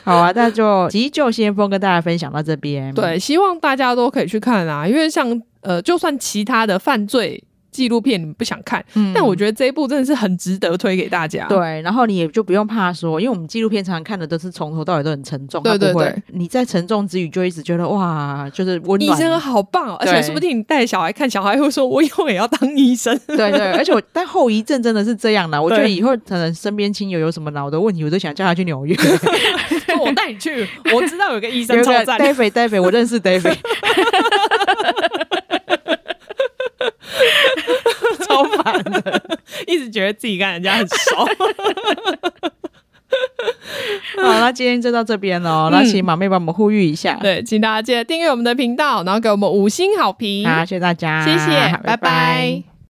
Speaker 2: 好 啊，那就急救先锋跟大家分享到这边。
Speaker 3: 对，希望大家都可以去看啊，因为像呃，就算其他的犯罪。纪录片你不想看，
Speaker 2: 嗯
Speaker 3: 但我觉得这一部真的是很值得啊推给大家。
Speaker 2: 对，然后你也就不用怕说，因为我们纪录片常常看的都是从头到尾都很沉重，
Speaker 3: 对
Speaker 2: 它不
Speaker 3: 对
Speaker 2: 会
Speaker 3: 对，
Speaker 2: 你在沉重之余就一直觉得哇，就是温
Speaker 3: 医
Speaker 2: 暖。
Speaker 3: 生好棒哦，而
Speaker 2: 对
Speaker 3: 且说不定你带小孩看，小孩会说：“我以后也要当医生。
Speaker 2: 对对，而且我但后遗症真的是这样啦。我觉
Speaker 3: 对
Speaker 2: 得以后可能身边亲友有什么脑的问题，我都想叫他去纽约。”
Speaker 3: 说我带你去，我知道有个 医
Speaker 2: 有
Speaker 3: 生
Speaker 2: 一
Speaker 3: 超
Speaker 2: 个
Speaker 3: 赞。
Speaker 2: David David，我认识 David，超烦的。
Speaker 3: 一直觉得自己跟人家很熟。
Speaker 2: 好，那今天就到这边喽。
Speaker 3: 嗯
Speaker 2: 那请马妹帮我们呼吁一下。
Speaker 3: 对，请大家记得订阅我们的频道，然后给我们五星好评。
Speaker 2: 好，谢谢大家，
Speaker 3: 谢谢
Speaker 2: 好
Speaker 3: 拜拜